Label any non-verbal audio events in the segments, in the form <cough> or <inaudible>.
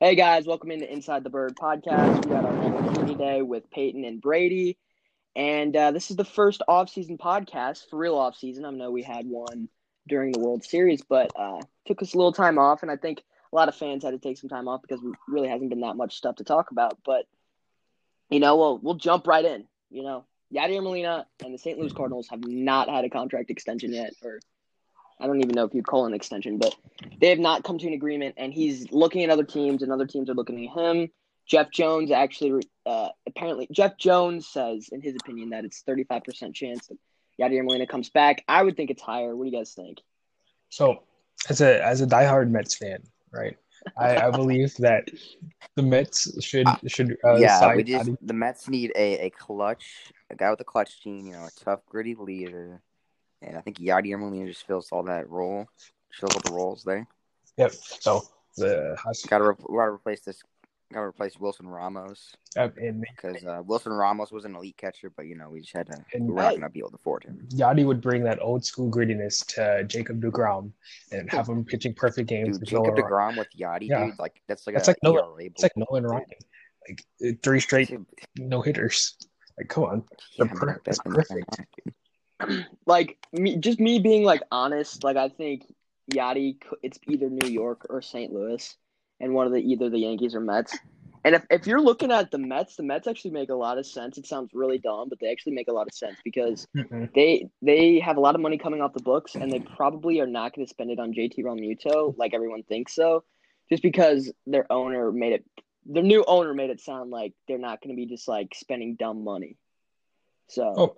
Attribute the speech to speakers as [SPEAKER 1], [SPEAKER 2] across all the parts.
[SPEAKER 1] Hey guys, welcome into Inside the Bird podcast. We got our anniversary today with Peyton and Brady, and uh, this is the first off-season podcast for real off-season. I know we had one during the World Series, but uh, took us a little time off, and I think a lot of fans had to take some time off because we really hasn't been that much stuff to talk about. But you know, we'll we'll jump right in. You know, Yadier Molina and the St. Louis Cardinals have not had a contract extension yet, or I don't even know if you'd call an extension, but they have not come to an agreement, and he's looking at other teams, and other teams are looking at him. Jeff Jones actually, uh, apparently, Jeff Jones says, in his opinion, that it's 35% chance that Yadier Molina comes back. I would think it's higher. What do you guys think?
[SPEAKER 2] So, as a as a diehard Mets fan, right? I, I believe
[SPEAKER 3] <laughs>
[SPEAKER 2] that the Mets should should uh,
[SPEAKER 3] Ah, yeah,
[SPEAKER 2] sign
[SPEAKER 3] we just
[SPEAKER 2] Yadi-
[SPEAKER 3] the Mets need a, a clutch, a guy with a clutch gene, you know, a tough, gritty leader, and I think Yadier Molina just fills all that role, fills all the roles there.
[SPEAKER 2] Yep. So the Hus-
[SPEAKER 3] Got to re- gotta replace this, got to replace Wilson Ramos
[SPEAKER 2] uh, and
[SPEAKER 3] because uh, Wilson Ramos was an elite catcher, but you know we just had to,
[SPEAKER 2] And-
[SPEAKER 3] we're not gonna be able to afford him.
[SPEAKER 2] Yadi would bring that old school grittiness to Jacob Degrom and have him pitching perfect games.
[SPEAKER 3] Dude,
[SPEAKER 2] with
[SPEAKER 3] Jacob
[SPEAKER 2] Nolan Ryan.
[SPEAKER 3] Degrom with Yadi,
[SPEAKER 2] Yeah.
[SPEAKER 3] dude, like that's like
[SPEAKER 2] That's
[SPEAKER 3] a
[SPEAKER 2] like Nolan-
[SPEAKER 3] ERA
[SPEAKER 2] It's like Nolan Ryan, like uh, three straight
[SPEAKER 3] Dude,
[SPEAKER 2] no hitters. Like, come on.
[SPEAKER 3] yeah,
[SPEAKER 2] the per-
[SPEAKER 3] man,
[SPEAKER 2] it's
[SPEAKER 3] that's been-
[SPEAKER 2] perfect.
[SPEAKER 1] Like, me, just me being like honest, like I think Yadi, it's either New York or St. Louis, and one of the either the Yankees or Mets. And if, if you're looking at the Mets, the Mets actually make a lot of sense. It sounds really dumb, but they actually make a lot of sense because
[SPEAKER 2] Mm-mm.
[SPEAKER 1] they they have a lot of money coming off the books, and they probably are not going to spend it on JT Realmuto like everyone thinks so, just because their owner made it. Their new owner made it sound like they're not going to be just like spending dumb money. So
[SPEAKER 2] Oh.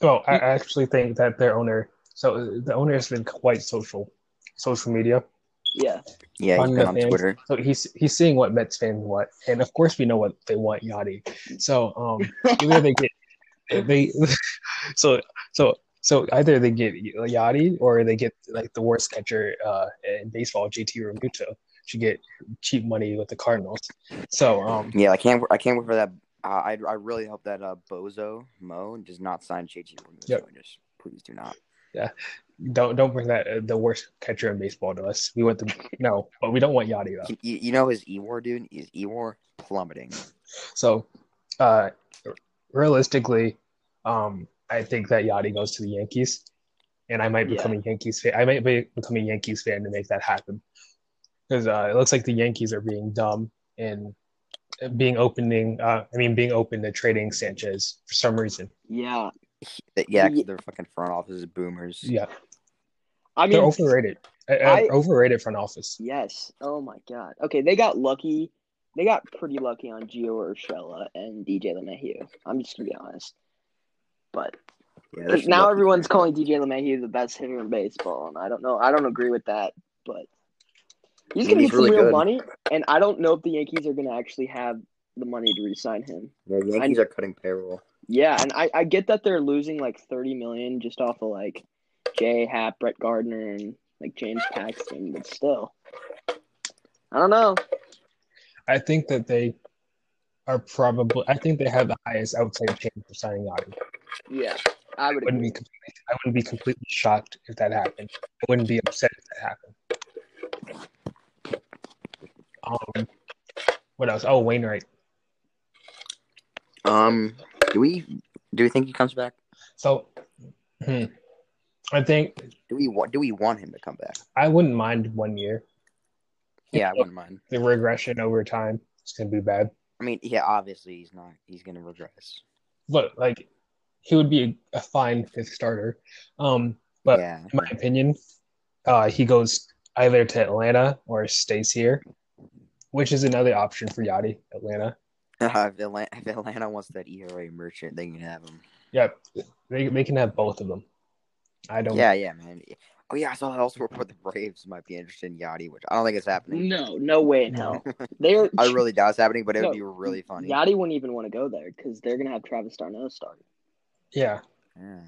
[SPEAKER 2] Well, I I actually think that their owner, so uh, the owner has been quite social, social media.
[SPEAKER 1] yeah,
[SPEAKER 3] Yeah,
[SPEAKER 2] on
[SPEAKER 3] he's
[SPEAKER 2] the
[SPEAKER 3] been on
[SPEAKER 2] fans.
[SPEAKER 3] Twitter.
[SPEAKER 2] So he's he's seeing what Mets fans want, and of course we know what they want, Yachty. So um, either they get they, <laughs> so so so either they get Yachty or they get like the worst catcher uh, in baseball, JT Realmuto, to get cheap money with the Cardinals. So um,
[SPEAKER 3] Yeah, I can't. I can't wait for that. Uh, I I really hope that uh, Bozo Mo does not sign JT Realmuto.
[SPEAKER 2] Yep.
[SPEAKER 3] Just please do not.
[SPEAKER 2] don't don't bring that uh, the worst catcher in baseball to us. We want the no, but we don't want Yachty though.
[SPEAKER 3] You, you- you know his Ewar dude is Ewar plummeting.
[SPEAKER 2] So, uh, realistically, um, I think that Yachty goes to the Yankees, and I might become a Yankees fan. I might be, become a Yankees fan to make that happen because uh, it looks like the Yankees are being dumb and being opening. Uh, I mean, being open to trading Sanchez for some reason.
[SPEAKER 1] yeah.
[SPEAKER 3] That- Yeah, 'cause
[SPEAKER 1] Ye-
[SPEAKER 3] their fucking front office is boomers.
[SPEAKER 2] Yeah,
[SPEAKER 1] I mean,
[SPEAKER 2] they're overrated. Uh, uh,
[SPEAKER 1] I-
[SPEAKER 2] overrated front office.
[SPEAKER 1] Yes. Oh my god. Okay, they got lucky. They got pretty lucky on Gio Urshela and DJ LeMahieu. I'm just gonna be honest. But
[SPEAKER 3] Yeah,
[SPEAKER 1] Because
[SPEAKER 3] that's
[SPEAKER 1] now
[SPEAKER 3] lucky.
[SPEAKER 1] everyone's calling DJ LeMahieu the best hitter in baseball, and I don't know. I don't agree with that, but he's going
[SPEAKER 3] Dude,
[SPEAKER 1] to
[SPEAKER 3] he's
[SPEAKER 1] get some
[SPEAKER 3] really
[SPEAKER 1] real
[SPEAKER 3] good.
[SPEAKER 1] money, and I don't know if the Yankees are going to actually have the money to re-sign him.
[SPEAKER 3] Yeah, the Yankees are cutting payroll.
[SPEAKER 1] Yeah, and I, I get that they're losing like thirty million just off of like Jay Happ, Brett Gardner, and like James Paxton, but still, I don't know.
[SPEAKER 2] I think that they are probably. I think they have the highest outside chance of signing Yachty.
[SPEAKER 1] Yeah, I would.
[SPEAKER 2] wouldn't
[SPEAKER 1] Agree.
[SPEAKER 2] be completely, I wouldn't be completely shocked if that happened. I wouldn't be upset if that happened. Um, what else? Oh, Wainwright.
[SPEAKER 3] Um, do we do we think he comes back?
[SPEAKER 2] So, hmm, I think
[SPEAKER 3] Do we want do we want him to come back?
[SPEAKER 2] I wouldn't mind one year.
[SPEAKER 3] Yeah, I wouldn't mind.
[SPEAKER 2] The regression over time is going to be bad,
[SPEAKER 3] I mean, yeah, obviously he's not. He's gonna regress.
[SPEAKER 2] but like he would be a, a fine fifth starter. Um, But-
[SPEAKER 3] yeah, <laughs>
[SPEAKER 2] in my opinion, uh, he goes either to Atlanta or stays here, which is another option for Yachty. Atlanta.
[SPEAKER 3] if, Atlanta, if Atlanta wants that ERA merchant, they can have him.
[SPEAKER 2] Yeah, they they can have both of them. I don't.
[SPEAKER 3] Yeah, yeah, man. Oh yeah, I saw that also report the Braves might be interested in Yachty, which I don't think it's happening.
[SPEAKER 1] No, no way in
[SPEAKER 3] <laughs>
[SPEAKER 1] hell. They're
[SPEAKER 3] I really doubt it's happening, but it
[SPEAKER 1] No,
[SPEAKER 3] would be really funny.
[SPEAKER 1] Yachty wouldn't even want to go there because they're gonna have Travis Darno start.
[SPEAKER 2] Yeah.
[SPEAKER 3] Yeah.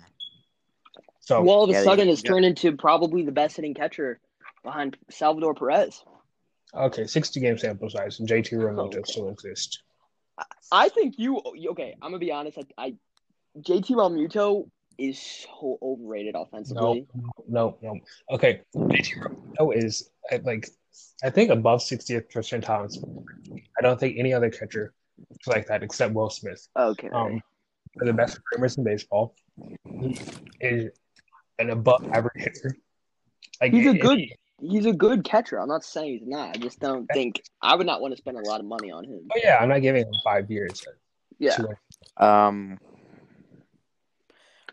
[SPEAKER 2] So
[SPEAKER 1] Who all of
[SPEAKER 3] Yeah,
[SPEAKER 1] a
[SPEAKER 3] they-
[SPEAKER 1] sudden has
[SPEAKER 3] yeah.
[SPEAKER 1] turned into probably the best hitting catcher behind Salvador Perez.
[SPEAKER 2] okay, sixty game sample size, and JT Realmuto
[SPEAKER 1] Okay.
[SPEAKER 2] still exists.
[SPEAKER 1] I think you okay. I'm gonna be honest. I, I JT Realmuto is so overrated offensively.
[SPEAKER 2] No, no, no. Okay, JT Realmuto is at like I think above 60th Tristan Thompson. I don't think any other catcher is like that except Will Smith.
[SPEAKER 1] Okay.
[SPEAKER 2] Um, for the best framers in baseball, he is an above average hitter. Like,
[SPEAKER 1] he's a
[SPEAKER 2] it-
[SPEAKER 1] good he's a good catcher. I'm not saying he's not. I just don't
[SPEAKER 2] Yeah.
[SPEAKER 1] think I would not want to spend a lot of money on him.
[SPEAKER 2] Oh yeah, I'm not giving him five years.
[SPEAKER 1] Yeah.
[SPEAKER 2] Two-
[SPEAKER 3] Um,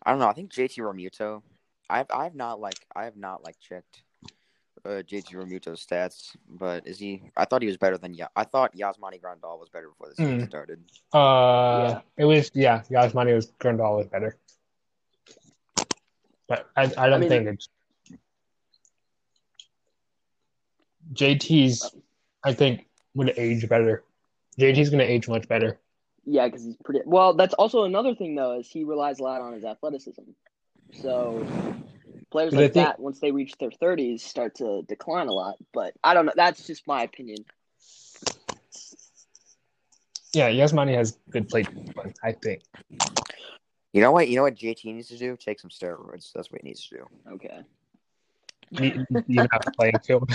[SPEAKER 3] I don't know. I think JT Romuto. I've I've not like I have not like checked uh, JT Romuto's stats, but is he? I thought he was better than yeah. I thought Yasmani Grandal was better before the season
[SPEAKER 2] Mm.
[SPEAKER 3] started.
[SPEAKER 2] Uh, it was yeah. Yasmani was Grandal was better, but I, I don't
[SPEAKER 1] mean-
[SPEAKER 2] think it's JT's. I think would age better. JT's going to age much better.
[SPEAKER 1] Yeah, because he's pretty well. That's also another thing though, is he relies a lot on his athleticism. So players
[SPEAKER 2] But I
[SPEAKER 1] like
[SPEAKER 2] think-
[SPEAKER 1] that, once they reach their 30s, start to decline a lot. But I don't know. That's just my opinion.
[SPEAKER 2] Yeah, Yasmani has good plate discipline, I think.
[SPEAKER 3] You know what? You know what JT needs to do? Take some steroids. That's what he needs to do.
[SPEAKER 1] Okay.
[SPEAKER 2] You, you have to play field.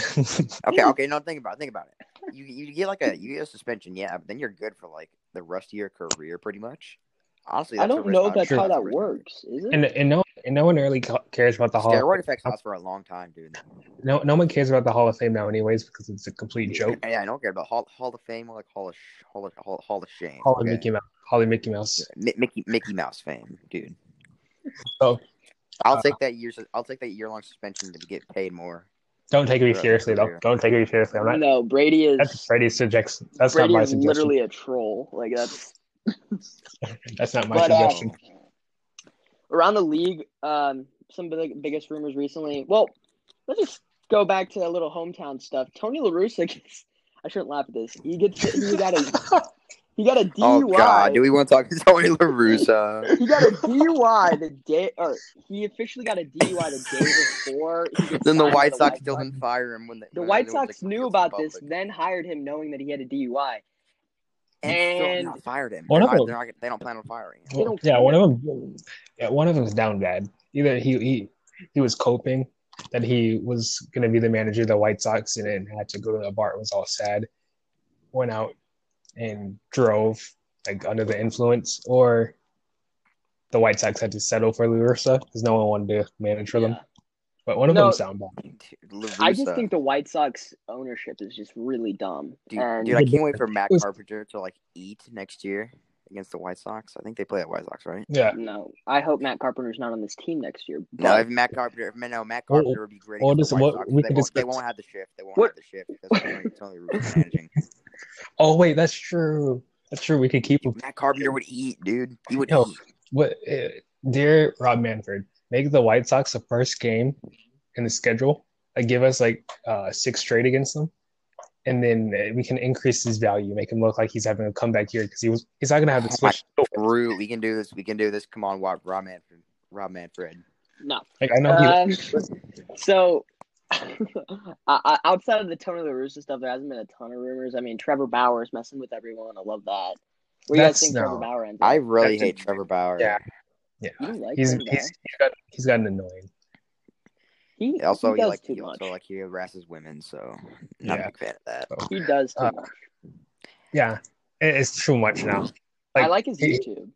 [SPEAKER 3] Okay, okay. No, think about it. Think about it. You you get like a you get a suspension, yeah, but then you're good for like the rest of your career, pretty much. Honestly,
[SPEAKER 1] I
[SPEAKER 3] that's
[SPEAKER 1] don't
[SPEAKER 3] the
[SPEAKER 1] know
[SPEAKER 3] risk
[SPEAKER 1] if that's
[SPEAKER 3] I-
[SPEAKER 1] how
[SPEAKER 3] the
[SPEAKER 1] that
[SPEAKER 3] risk I-
[SPEAKER 1] works, is it?
[SPEAKER 2] <laughs> and and no and no one really ca- cares about the hall.
[SPEAKER 3] Steroid effects last for a long time, dude.
[SPEAKER 2] No no one cares about the Hall of Fame now, anyways, because it's a complete joke.
[SPEAKER 3] Yeah, I don't care about Hall, Hall of Fame or like Hall of Sh- Hall of Hall, Hall of Shame.
[SPEAKER 2] Hall of
[SPEAKER 3] okay?
[SPEAKER 2] Mickey Mouse. Hall of Mickey Mouse.
[SPEAKER 3] Mi- Mickey Mickey Mouse fame, dude.
[SPEAKER 2] Oh.
[SPEAKER 3] I'll
[SPEAKER 2] Uh,
[SPEAKER 3] take that year. I'll take that year long suspension to get paid more.
[SPEAKER 2] Don't take me
[SPEAKER 3] Yeah,
[SPEAKER 2] seriously though.
[SPEAKER 3] yeah.
[SPEAKER 2] Don't take me seriously. I'm not.
[SPEAKER 1] no, Brady is
[SPEAKER 2] That's Brady's suggestion. That's
[SPEAKER 1] Brady
[SPEAKER 2] not my
[SPEAKER 1] is
[SPEAKER 2] suggestion.
[SPEAKER 1] literally a troll. Like that's
[SPEAKER 2] That's not my
[SPEAKER 1] But, uh,
[SPEAKER 2] suggestion.
[SPEAKER 1] around the league. Um, some of the biggest rumors recently. Well, let's just go back to a little hometown stuff. Tony La Russa gets. I shouldn't laugh at this. He gets. He got
[SPEAKER 2] <laughs>
[SPEAKER 1] a. He got a DUI.
[SPEAKER 3] Oh God, do we want to talk to Tony
[SPEAKER 1] <laughs>
[SPEAKER 3] La Russa?
[SPEAKER 1] He got a DUI the day, or he officially got a DUI the day before. he gets
[SPEAKER 3] then the
[SPEAKER 1] signed by
[SPEAKER 3] White Sox still
[SPEAKER 1] Sox.
[SPEAKER 3] didn't fire him when the,
[SPEAKER 1] The
[SPEAKER 3] when
[SPEAKER 1] White
[SPEAKER 3] there was a
[SPEAKER 1] Sox
[SPEAKER 3] case
[SPEAKER 1] knew
[SPEAKER 3] in
[SPEAKER 1] about
[SPEAKER 3] public.
[SPEAKER 1] this, then hired him knowing that he had a DUI.
[SPEAKER 3] still
[SPEAKER 1] And
[SPEAKER 3] not fired him.
[SPEAKER 2] One
[SPEAKER 3] They're
[SPEAKER 2] of
[SPEAKER 3] not,
[SPEAKER 2] them-
[SPEAKER 3] they're not, they don't plan on firing
[SPEAKER 2] <laughs>
[SPEAKER 3] him.
[SPEAKER 1] they don't
[SPEAKER 2] yeah,
[SPEAKER 1] care.
[SPEAKER 2] one of them. Yeah, one of them's down bad. Either he he he was coping that he was going to be the manager of the White Sox and then had to go to the bar. It was all sad. Went out and drove like under the influence, or the White Sox had to settle for Larissa because no one wanted to manage for them.
[SPEAKER 1] Yeah.
[SPEAKER 2] But one of
[SPEAKER 1] No.
[SPEAKER 2] them's down bad.
[SPEAKER 3] Dude, La
[SPEAKER 1] I just
[SPEAKER 3] Russa.
[SPEAKER 1] think the White Sox ownership is just really dumb.
[SPEAKER 3] dude,
[SPEAKER 1] and
[SPEAKER 3] dude, I can't wait for Matt
[SPEAKER 2] was-
[SPEAKER 3] Carpenter to like eat next year against the White Sox. I think they play at White Sox, right?
[SPEAKER 2] Yeah.
[SPEAKER 1] no, I hope Matt Carpenter's not on this team next year.
[SPEAKER 3] No,
[SPEAKER 1] but-
[SPEAKER 3] if Matt Carpenter, if, no, Matt
[SPEAKER 2] Well,
[SPEAKER 3] Carpenter would be great.
[SPEAKER 2] well,
[SPEAKER 3] against the
[SPEAKER 2] listen,
[SPEAKER 3] White
[SPEAKER 2] what-
[SPEAKER 3] Sox,
[SPEAKER 2] we
[SPEAKER 3] they,
[SPEAKER 2] can
[SPEAKER 3] won't, they
[SPEAKER 2] discuss-
[SPEAKER 3] won't have the shift. They won't
[SPEAKER 1] What-
[SPEAKER 3] have the shift. That's what Tony- Tony
[SPEAKER 2] <laughs>
[SPEAKER 3] Russo managing.
[SPEAKER 2] Oh wait, that's true. That's true. We could keep him.
[SPEAKER 3] Matt Carpenter would eat, dude. He would
[SPEAKER 2] No.
[SPEAKER 3] eat.
[SPEAKER 2] What, uh, dear Rob Manfred, make the White Sox the first game in the schedule. Like, give us like uh, six straight against them, and then uh, we can increase his value, make him look like he's having a comeback year because he was he's not gonna have to
[SPEAKER 3] Oh my-
[SPEAKER 2] switch.
[SPEAKER 3] Brew, we can do this. We can do this. Come on, Rob, Rob Manfred. Rob Manfred.
[SPEAKER 1] no.
[SPEAKER 2] Like I know
[SPEAKER 1] Um, so, <laughs> I- I- outside of the Tony La Russa stuff, there hasn't been a ton of rumors. I mean, Trevor Bauer's messing with everyone. I love that. Where do you guys
[SPEAKER 2] That's-
[SPEAKER 1] think
[SPEAKER 2] no.
[SPEAKER 1] Trevor Bauer ends? up?
[SPEAKER 3] I really
[SPEAKER 2] That's a-
[SPEAKER 3] hate Trevor Bauer.
[SPEAKER 2] Yeah.
[SPEAKER 1] you
[SPEAKER 3] <laughs>
[SPEAKER 1] don't like
[SPEAKER 2] he, he's,
[SPEAKER 1] Trevor Bauer.
[SPEAKER 2] he's he's got he's gotten annoying.
[SPEAKER 1] He,
[SPEAKER 3] Also,
[SPEAKER 1] he
[SPEAKER 3] he
[SPEAKER 1] does
[SPEAKER 3] like
[SPEAKER 1] too
[SPEAKER 3] he
[SPEAKER 1] much.
[SPEAKER 3] also like he harasses women, so not
[SPEAKER 2] Yeah.
[SPEAKER 3] a big fan of that.
[SPEAKER 1] he does too
[SPEAKER 2] uh,
[SPEAKER 1] much.
[SPEAKER 2] Yeah, it, it's too much now.
[SPEAKER 1] I like his
[SPEAKER 2] he-
[SPEAKER 1] YouTube.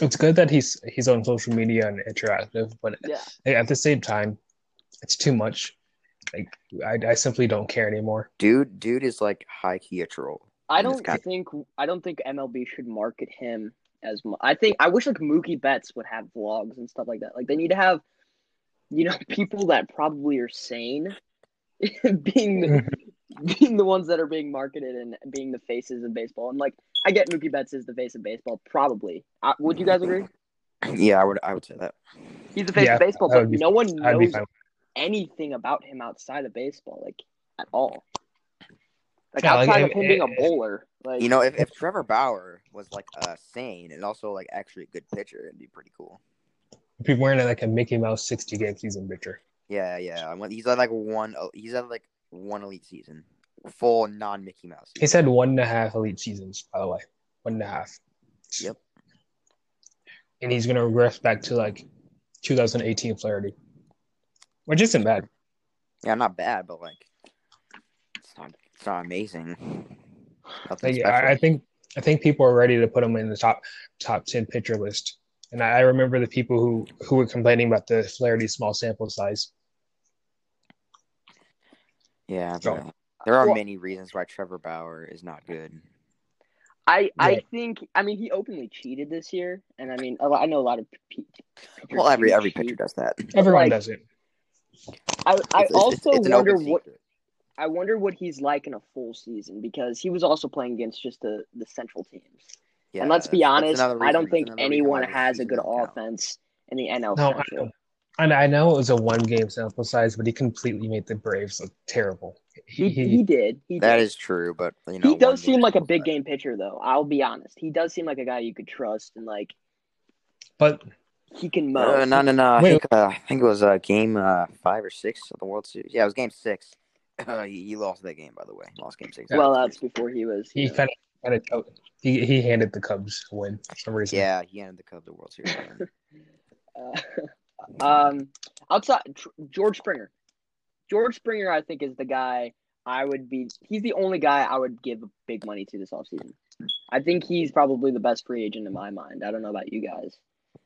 [SPEAKER 2] It's good that he's he's on social media and interactive, but
[SPEAKER 1] Yeah.
[SPEAKER 2] at the same time, it's too much. Like I, I simply don't care anymore.
[SPEAKER 3] Dude, dude is like high key a troll.
[SPEAKER 1] I
[SPEAKER 3] And it's
[SPEAKER 1] don't
[SPEAKER 3] kind-
[SPEAKER 1] think I don't think MLB should market him as much. I think I wish like Mookie Betts would have vlogs and stuff like that. Like they need to have, you know, <laughs> people that probably are sane, <laughs> being the,
[SPEAKER 2] Mm-hmm.
[SPEAKER 1] being the ones that are being marketed and being the faces of baseball. And like I get Mookie Betts is the face of baseball, probably. I, would you guys agree?
[SPEAKER 3] <clears throat> Yeah, I would I would say that.
[SPEAKER 1] He's the face
[SPEAKER 2] Yeah,
[SPEAKER 1] of baseball,
[SPEAKER 2] I
[SPEAKER 1] but
[SPEAKER 2] would be-
[SPEAKER 1] no one
[SPEAKER 2] I'd be
[SPEAKER 1] knows
[SPEAKER 2] fine.
[SPEAKER 1] anything about him outside of baseball, like at all. Like
[SPEAKER 2] Yeah, like,
[SPEAKER 1] outside
[SPEAKER 2] I-
[SPEAKER 1] of him being
[SPEAKER 2] I-
[SPEAKER 1] a bowler, like
[SPEAKER 3] You know, if, if Trevor Bauer was like uh sane and also like actually a good pitcher, it'd be pretty cool.
[SPEAKER 2] If you're wearing like a Mickey Mouse 60 game season picture.
[SPEAKER 3] Yeah, yeah. I want- He's at like one uh, he's at like one elite season. Full non Mickey Mouse.
[SPEAKER 2] He's had one and a half elite seasons, by the way. One and a half.
[SPEAKER 3] Yep.
[SPEAKER 2] And he's gonna regress back to like 2018 Flaherty, which isn't bad.
[SPEAKER 3] Yeah, not bad, but like not, it's not amazing. Nothing
[SPEAKER 2] Like, I, I
[SPEAKER 3] special.
[SPEAKER 2] think I think people are ready to put him in the top top ten pitcher list. And I, I remember the people who who were complaining about the Flaherty small sample size.
[SPEAKER 3] yeah,
[SPEAKER 2] So-
[SPEAKER 3] but there are
[SPEAKER 1] Well-
[SPEAKER 3] many reasons why Trevor Bauer is not good.
[SPEAKER 1] I I
[SPEAKER 2] Yeah.
[SPEAKER 1] think I mean he openly cheated this year, and I mean a lot, I know a lot of pe- pitchers
[SPEAKER 3] Well, every
[SPEAKER 1] do
[SPEAKER 3] every
[SPEAKER 1] cheat.
[SPEAKER 3] pitcher does that.
[SPEAKER 2] Everyone
[SPEAKER 1] Like,
[SPEAKER 2] does it.
[SPEAKER 1] I I
[SPEAKER 3] It's- it's-
[SPEAKER 1] also
[SPEAKER 3] it's an open
[SPEAKER 1] wonder what
[SPEAKER 3] secret.
[SPEAKER 1] I wonder what he's like in a full season because he was also playing against just the the central teams.
[SPEAKER 3] Yeah,
[SPEAKER 1] and let's be
[SPEAKER 3] that's- that's
[SPEAKER 1] honest,
[SPEAKER 3] another
[SPEAKER 1] I don't
[SPEAKER 3] reason-
[SPEAKER 1] think
[SPEAKER 3] that's another reason why
[SPEAKER 1] anyone
[SPEAKER 3] this
[SPEAKER 1] has a
[SPEAKER 3] season
[SPEAKER 1] good
[SPEAKER 3] doesn't count.
[SPEAKER 1] offense in the NL
[SPEAKER 2] No, I
[SPEAKER 1] Central.
[SPEAKER 2] know. And I know it was a one game sample size, but he completely made the Braves look terrible.
[SPEAKER 1] He, he did. He
[SPEAKER 3] That
[SPEAKER 1] did.
[SPEAKER 3] is true, but you know
[SPEAKER 1] he
[SPEAKER 3] one
[SPEAKER 1] does seem
[SPEAKER 3] game
[SPEAKER 1] like a
[SPEAKER 3] sample
[SPEAKER 1] big
[SPEAKER 3] size.
[SPEAKER 1] game pitcher though. I'll be honest. He does seem like a guy you could trust and like
[SPEAKER 2] but
[SPEAKER 1] he can mow.
[SPEAKER 3] Uh, no, no, no. I
[SPEAKER 2] Wait.
[SPEAKER 3] think, uh, I think it was uh, game uh, five or six of the World Series. Yeah, it was game six. <laughs> Uh, he, he lost that game, by the way. Lost game six.
[SPEAKER 1] Well, that's before he was.
[SPEAKER 2] he
[SPEAKER 1] You know,
[SPEAKER 2] kind of, kind of he, he handed the Cubs a win for some reason.
[SPEAKER 3] yeah, he ended the Cubs the
[SPEAKER 1] <laughs>
[SPEAKER 3] World Series. win.
[SPEAKER 1] uh, <laughs> um, outside Tr- George Springer. George Springer, I think, is the guy I would be. He's the only guy I would give big money to this offseason. I think he's probably the best free agent in my mind. I don't know about you guys.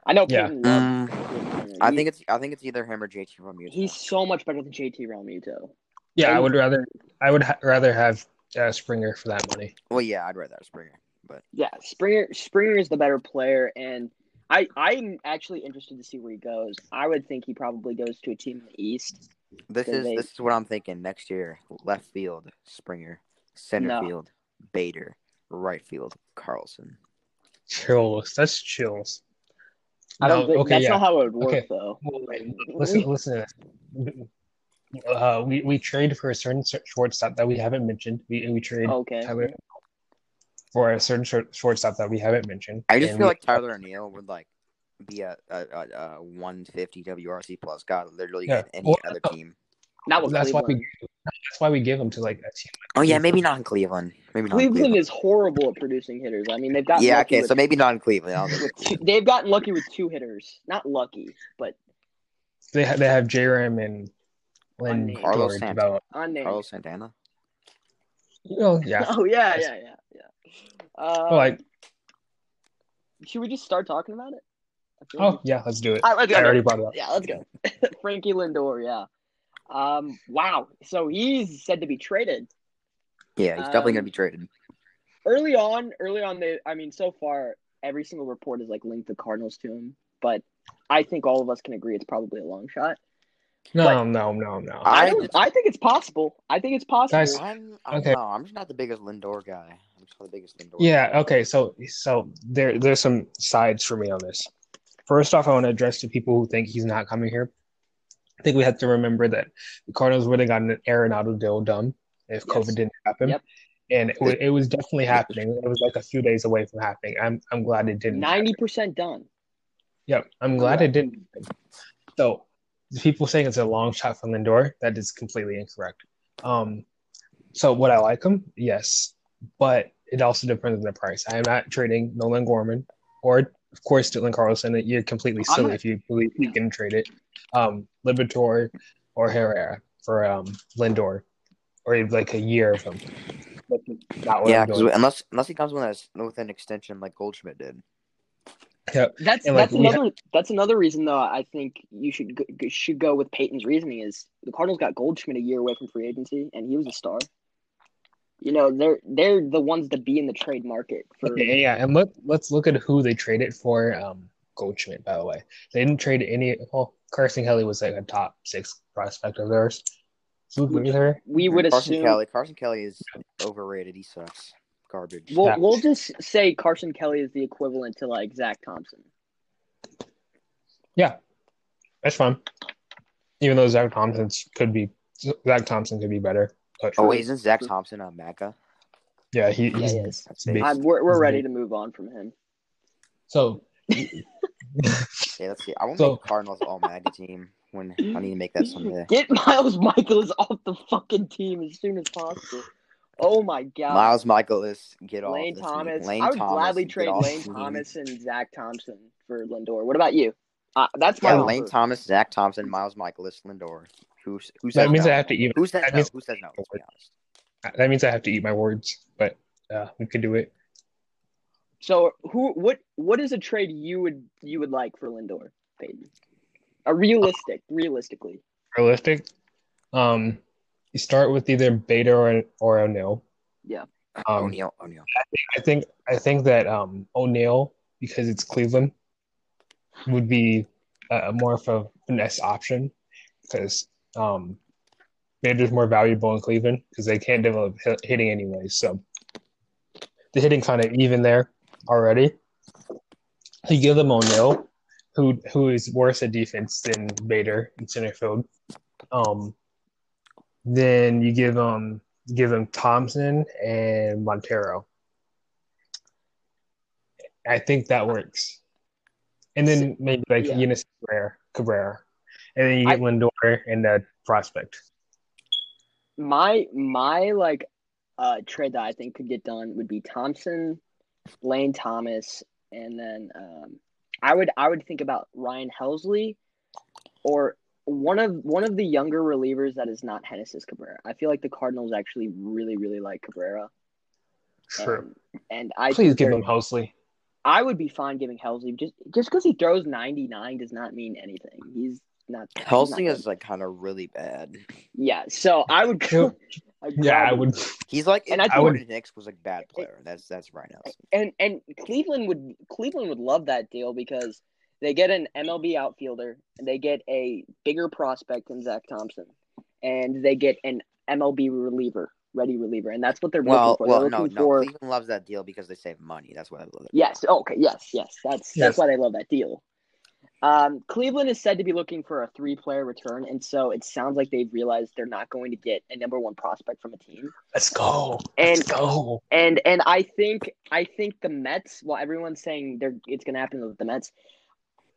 [SPEAKER 1] I know
[SPEAKER 2] Yeah.
[SPEAKER 1] Peyton loves
[SPEAKER 3] um,
[SPEAKER 1] George Springer.
[SPEAKER 3] I
[SPEAKER 1] He-
[SPEAKER 3] think it's I think it's either him or JT Realmuto.
[SPEAKER 1] he's so much better than JT Realmuto.
[SPEAKER 2] Yeah, I
[SPEAKER 1] And-
[SPEAKER 2] would rather I would ha- rather have uh, Springer for that money.
[SPEAKER 3] well, yeah, I'd rather have Springer, but
[SPEAKER 1] Yeah, Springer Springer is the better player, and I I'm actually interested to see where he goes. I would think he probably goes to a team in the East.
[SPEAKER 3] this
[SPEAKER 1] Then
[SPEAKER 3] is
[SPEAKER 1] they-
[SPEAKER 3] this is what I'm thinking next year: left field Springer, center
[SPEAKER 1] No.
[SPEAKER 3] field Bader, right field Carlson.
[SPEAKER 2] Chills. That's chills.
[SPEAKER 1] I don't
[SPEAKER 2] No,
[SPEAKER 1] think
[SPEAKER 2] okay,
[SPEAKER 1] that's
[SPEAKER 2] yeah.
[SPEAKER 1] not how it would work
[SPEAKER 2] Okay.
[SPEAKER 1] though.
[SPEAKER 2] Well, wait, listen, listen to this. Uh, we we trade for a certain cer- shortstop that we haven't mentioned. We we trade
[SPEAKER 3] Oh,
[SPEAKER 1] Okay.
[SPEAKER 2] Tyler for a certain short, shortstop that we haven't mentioned.
[SPEAKER 3] I just
[SPEAKER 2] And
[SPEAKER 3] feel
[SPEAKER 2] we-
[SPEAKER 3] like Tyler O'Neill would like be a, a, a, a 150 WRC plus guy literally
[SPEAKER 2] Yeah.
[SPEAKER 3] at any
[SPEAKER 2] Well,
[SPEAKER 3] other
[SPEAKER 2] uh,
[SPEAKER 3] team.
[SPEAKER 1] Not with
[SPEAKER 2] that's why we
[SPEAKER 1] Cleveland.
[SPEAKER 2] that's why we give him to like a team.
[SPEAKER 3] Oh yeah, maybe not in Cleveland. Maybe not. in
[SPEAKER 1] Cleveland
[SPEAKER 3] Cleveland.
[SPEAKER 1] is horrible at producing hitters. I mean, they've gotten
[SPEAKER 3] yeah,
[SPEAKER 1] lucky
[SPEAKER 3] okay,
[SPEAKER 1] with,
[SPEAKER 3] so maybe not in Cleveland. I don't think
[SPEAKER 1] with
[SPEAKER 3] it's
[SPEAKER 1] two, <laughs>
[SPEAKER 3] Cleveland.
[SPEAKER 1] they've gotten lucky with two hitters. Not lucky, but
[SPEAKER 2] They ha- they have J-Ram and Lynn
[SPEAKER 1] Unnamed.
[SPEAKER 3] Carlos
[SPEAKER 2] George.
[SPEAKER 3] Santana.
[SPEAKER 2] About,
[SPEAKER 1] unnamed.
[SPEAKER 3] Carlos Santana.
[SPEAKER 2] oh yeah.
[SPEAKER 1] <laughs> Oh yeah, yeah, yeah, yeah. Uh,
[SPEAKER 2] Well, like
[SPEAKER 1] should we just start talking about it? I feel like
[SPEAKER 2] oh yeah, let's do it.
[SPEAKER 1] All right, let's go.
[SPEAKER 2] I already brought it up.
[SPEAKER 1] Yeah, let's go. <laughs> Frankie Lindor, yeah. Um, wow. So he's said to be traded.
[SPEAKER 3] Yeah, he's definitely gonna
[SPEAKER 1] Um,
[SPEAKER 3] be traded.
[SPEAKER 1] Early on, early on, they, I mean, so far, every single report is like linked the Cardinals to him, but I think all of us can agree it's probably a long shot.
[SPEAKER 2] No,
[SPEAKER 1] But-
[SPEAKER 2] no, no, no.
[SPEAKER 1] I,
[SPEAKER 3] I
[SPEAKER 1] don't,
[SPEAKER 3] just-
[SPEAKER 1] I think it's possible. I think it's possible.
[SPEAKER 2] Guys-
[SPEAKER 3] I'm, I don't
[SPEAKER 2] okay.
[SPEAKER 3] know. I'm just not the biggest Lindor guy. I'm just not the biggest Lindor.
[SPEAKER 2] Yeah.
[SPEAKER 3] guy.
[SPEAKER 2] Okay. So, so there, there's some sides for me on this. First off, I want to address the people who think he's not coming here. I think we have to remember that the Cardinals would have gotten an Arenado deal done if
[SPEAKER 1] Yes.
[SPEAKER 2] COVID didn't happen,
[SPEAKER 1] Yep.
[SPEAKER 2] and it, wa- it was definitely happening. It was like a few days away from happening. I'm, I'm glad it didn't.
[SPEAKER 1] Ninety percent done.
[SPEAKER 2] Yep. I'm glad
[SPEAKER 1] Correct.
[SPEAKER 2] it didn't. happen. So, the people saying it's a long shot from Lindor, that is completely incorrect. Um, so would I like him? Yes, but it also depends on the price. I am not trading Nolan Gorman or, of course, Dylan Carlson. You're completely
[SPEAKER 1] I'm
[SPEAKER 2] silly
[SPEAKER 1] not-
[SPEAKER 2] if you believe you can trade it. Um, Libertor or Herrera for um, Lindor, or like a year of him. That's Not what
[SPEAKER 3] Yeah,
[SPEAKER 2] I'm
[SPEAKER 3] 'cause
[SPEAKER 2] doing.
[SPEAKER 3] unless unless he comes with a, with an extension like Goldschmidt did.
[SPEAKER 1] That's
[SPEAKER 2] And, like,
[SPEAKER 1] that's
[SPEAKER 2] we
[SPEAKER 1] another that's another reason though. I think you should go, should go with Peyton's reasoning is the Cardinals got Goldschmidt a year away from free agency, and he was a star. You know, they're they're the ones to be in the trade market for.
[SPEAKER 2] Okay, yeah, and let let's look at who they traded for. Um, Goldschmidt, by the way, they didn't trade any. Well, Carson Kelly was like a top six prospect of theirs. So look at her.
[SPEAKER 1] We would
[SPEAKER 3] Carson
[SPEAKER 1] assume
[SPEAKER 3] Kelly. Carson Kelly is overrated. He sucks. Garbage.
[SPEAKER 1] we'll
[SPEAKER 2] Yeah.
[SPEAKER 1] we'll just say Carson Kelly is the equivalent to like Zach Thompson.
[SPEAKER 2] That's fine. Even though Zach Thompson could be Zach Thompson could be better. But
[SPEAKER 3] oh, wait, isn't Zach
[SPEAKER 1] True.
[SPEAKER 3] Thompson a MAGA?
[SPEAKER 2] yeah, he,
[SPEAKER 1] Yeah,
[SPEAKER 2] he's
[SPEAKER 1] he is.
[SPEAKER 3] That's
[SPEAKER 2] big.
[SPEAKER 3] it.
[SPEAKER 1] I'm, we're we're
[SPEAKER 2] He's
[SPEAKER 1] ready
[SPEAKER 2] big.
[SPEAKER 1] to move on from him.
[SPEAKER 2] so.
[SPEAKER 3] Yeah, let's see. I want to
[SPEAKER 2] So-
[SPEAKER 3] make the Cardinals all MAGA team when I need to make
[SPEAKER 1] <laughs>
[SPEAKER 3] that someday.
[SPEAKER 1] Get Miles Michaels off the fucking team as soon as possible. Oh my god.
[SPEAKER 3] Miles Michaelis, get off.
[SPEAKER 1] Lane
[SPEAKER 3] this team.
[SPEAKER 1] Thomas.
[SPEAKER 3] Lane
[SPEAKER 1] I would
[SPEAKER 3] Thomas,
[SPEAKER 1] gladly
[SPEAKER 3] get
[SPEAKER 1] trade
[SPEAKER 3] off
[SPEAKER 1] Lane
[SPEAKER 3] this team.
[SPEAKER 1] Thomas and Zach Thompson for Lindor. What about you? Uh, that's my
[SPEAKER 3] Yeah,
[SPEAKER 2] Wow.
[SPEAKER 3] Lane
[SPEAKER 1] offer.
[SPEAKER 3] Thomas, Zach Thompson, Miles Michaelis, Lindor. Who, who says
[SPEAKER 2] That means
[SPEAKER 3] no?
[SPEAKER 2] I have to even.
[SPEAKER 3] Who says
[SPEAKER 2] that
[SPEAKER 3] no?
[SPEAKER 2] means-
[SPEAKER 3] Who says no? Let's be honest.
[SPEAKER 2] That means I have to eat my words, but uh, we could do it.
[SPEAKER 1] So who what what is a trade you would you would like for Lindor, Peyton? A realistic, realistically.
[SPEAKER 2] Realistic. Um, you start with either Beta or or O'Neal. Um,
[SPEAKER 3] O'Neal, O'Neal.
[SPEAKER 2] I think I think that um, O'Neal because it's Cleveland would be uh, more of a finesse option because um, Vander's more valuable in Cleveland because they can't develop hit- hitting anyway. So the hitting kind of even there already. You give them O'Neal, who who is worse at defense than Bader in center field. Um, then you give them give them Thompson and Montero. I think that works. And then maybe like
[SPEAKER 1] Yeah.
[SPEAKER 2] Eunice Cabrera, Cabrera. And then you get
[SPEAKER 1] I-
[SPEAKER 2] Lindor and a prospect.
[SPEAKER 1] My my like uh trade that I think could get done would be Thompson, Lane Thomas, and then um I would I would think about Ryan Helsley or one of one of the younger relievers that is not Hennessy Cabrera. I feel like the Cardinals actually really, really like Cabrera.
[SPEAKER 2] True.
[SPEAKER 1] Um, and I
[SPEAKER 2] Please
[SPEAKER 1] think
[SPEAKER 2] give
[SPEAKER 1] they're-
[SPEAKER 2] them
[SPEAKER 1] <laughs>
[SPEAKER 2] Housley.
[SPEAKER 1] I would be fine giving Helsley just just because he throws ninety nine does not mean anything. He's not he's not
[SPEAKER 3] Helsing
[SPEAKER 1] good.
[SPEAKER 3] is like kind of really bad.
[SPEAKER 1] yeah. So I would go. I'd
[SPEAKER 2] Yeah, I
[SPEAKER 1] grab him.
[SPEAKER 2] would.
[SPEAKER 3] He's like
[SPEAKER 1] And
[SPEAKER 3] and
[SPEAKER 1] I
[SPEAKER 3] I
[SPEAKER 1] think-
[SPEAKER 3] Jordan Nix was a bad player. That's that's Ryan Helsley.
[SPEAKER 1] And and Cleveland would Cleveland would love that deal because they get an MLB outfielder, and they get a bigger prospect than Zach Thompson, and they get an MLB reliever, ready reliever, and that's what they're
[SPEAKER 3] Well,
[SPEAKER 1] looking for.
[SPEAKER 3] well,
[SPEAKER 1] they're
[SPEAKER 3] no,
[SPEAKER 1] looking
[SPEAKER 3] no.
[SPEAKER 1] for
[SPEAKER 3] Cleveland loves that deal because they save money. That's what I love. it.
[SPEAKER 1] Yes. Okay. Yes. Yes. That's that's
[SPEAKER 2] Yes.
[SPEAKER 1] why they love that deal. Um, Cleveland is said to be looking for a three-player return, and so it sounds like they've realized they're not going to get a number one prospect from a team.
[SPEAKER 2] <laughs> Let's go.
[SPEAKER 1] And-
[SPEAKER 2] Let's go.
[SPEAKER 1] And and I think I think the Mets. While everyone's saying they're it's going to happen with the Mets,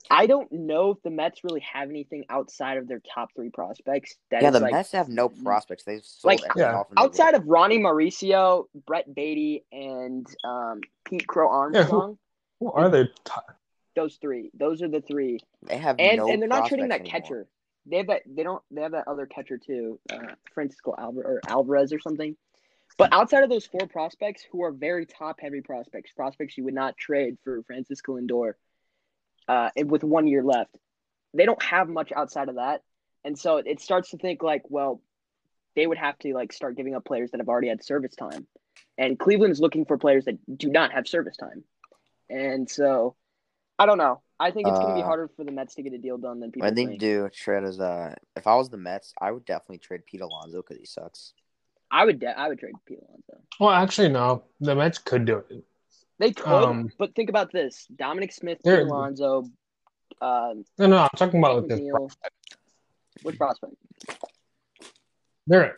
[SPEAKER 1] I don't know if the Mets really have anything outside of their top three prospects. That
[SPEAKER 3] Yeah,
[SPEAKER 1] is,
[SPEAKER 3] the
[SPEAKER 1] like, mm-hmm.
[SPEAKER 3] Mets have no prospects. They've sold
[SPEAKER 1] Like,
[SPEAKER 3] everything
[SPEAKER 2] Yeah.
[SPEAKER 3] off. in the
[SPEAKER 1] outside of Ronnie Mauricio, Brett Beatty, and um, Pete Crow
[SPEAKER 2] Yeah, who-
[SPEAKER 1] Armstrong.
[SPEAKER 2] Who are their top?
[SPEAKER 1] those three. Those are the three.
[SPEAKER 3] They have
[SPEAKER 1] and
[SPEAKER 3] no
[SPEAKER 1] and they're not trading that
[SPEAKER 3] prospects anymore.
[SPEAKER 1] catcher. They have that. They don't. They have that other catcher too, uh, Francisco Alvarez or Alvarez or something. But outside of those four prospects, who are very top heavy prospects, prospects you would not trade for Francisco Lindor, uh, and with one year left, they don't have much outside of that, and so it starts to think like, well, they would have to like start giving up players that have already had service time, and Cleveland's looking for players that do not have service time, and so I don't know. I think it's going to be
[SPEAKER 3] Uh,
[SPEAKER 1] harder for the Mets to get a deal done than people
[SPEAKER 3] I think
[SPEAKER 1] think.
[SPEAKER 3] do trade is uh if I was the Mets, I would definitely trade Pete Alonso because he sucks.
[SPEAKER 1] I would de- I would trade Pete Alonso.
[SPEAKER 2] Well, actually, no. The Mets could do it.
[SPEAKER 1] They could,
[SPEAKER 2] Um,
[SPEAKER 1] but think about this: Dominic Smith, Pete
[SPEAKER 2] They're-
[SPEAKER 1] Alonso, um,
[SPEAKER 2] No, no. I'm talking about like Oh, the
[SPEAKER 1] McNeil. Which prospect?
[SPEAKER 2] They're,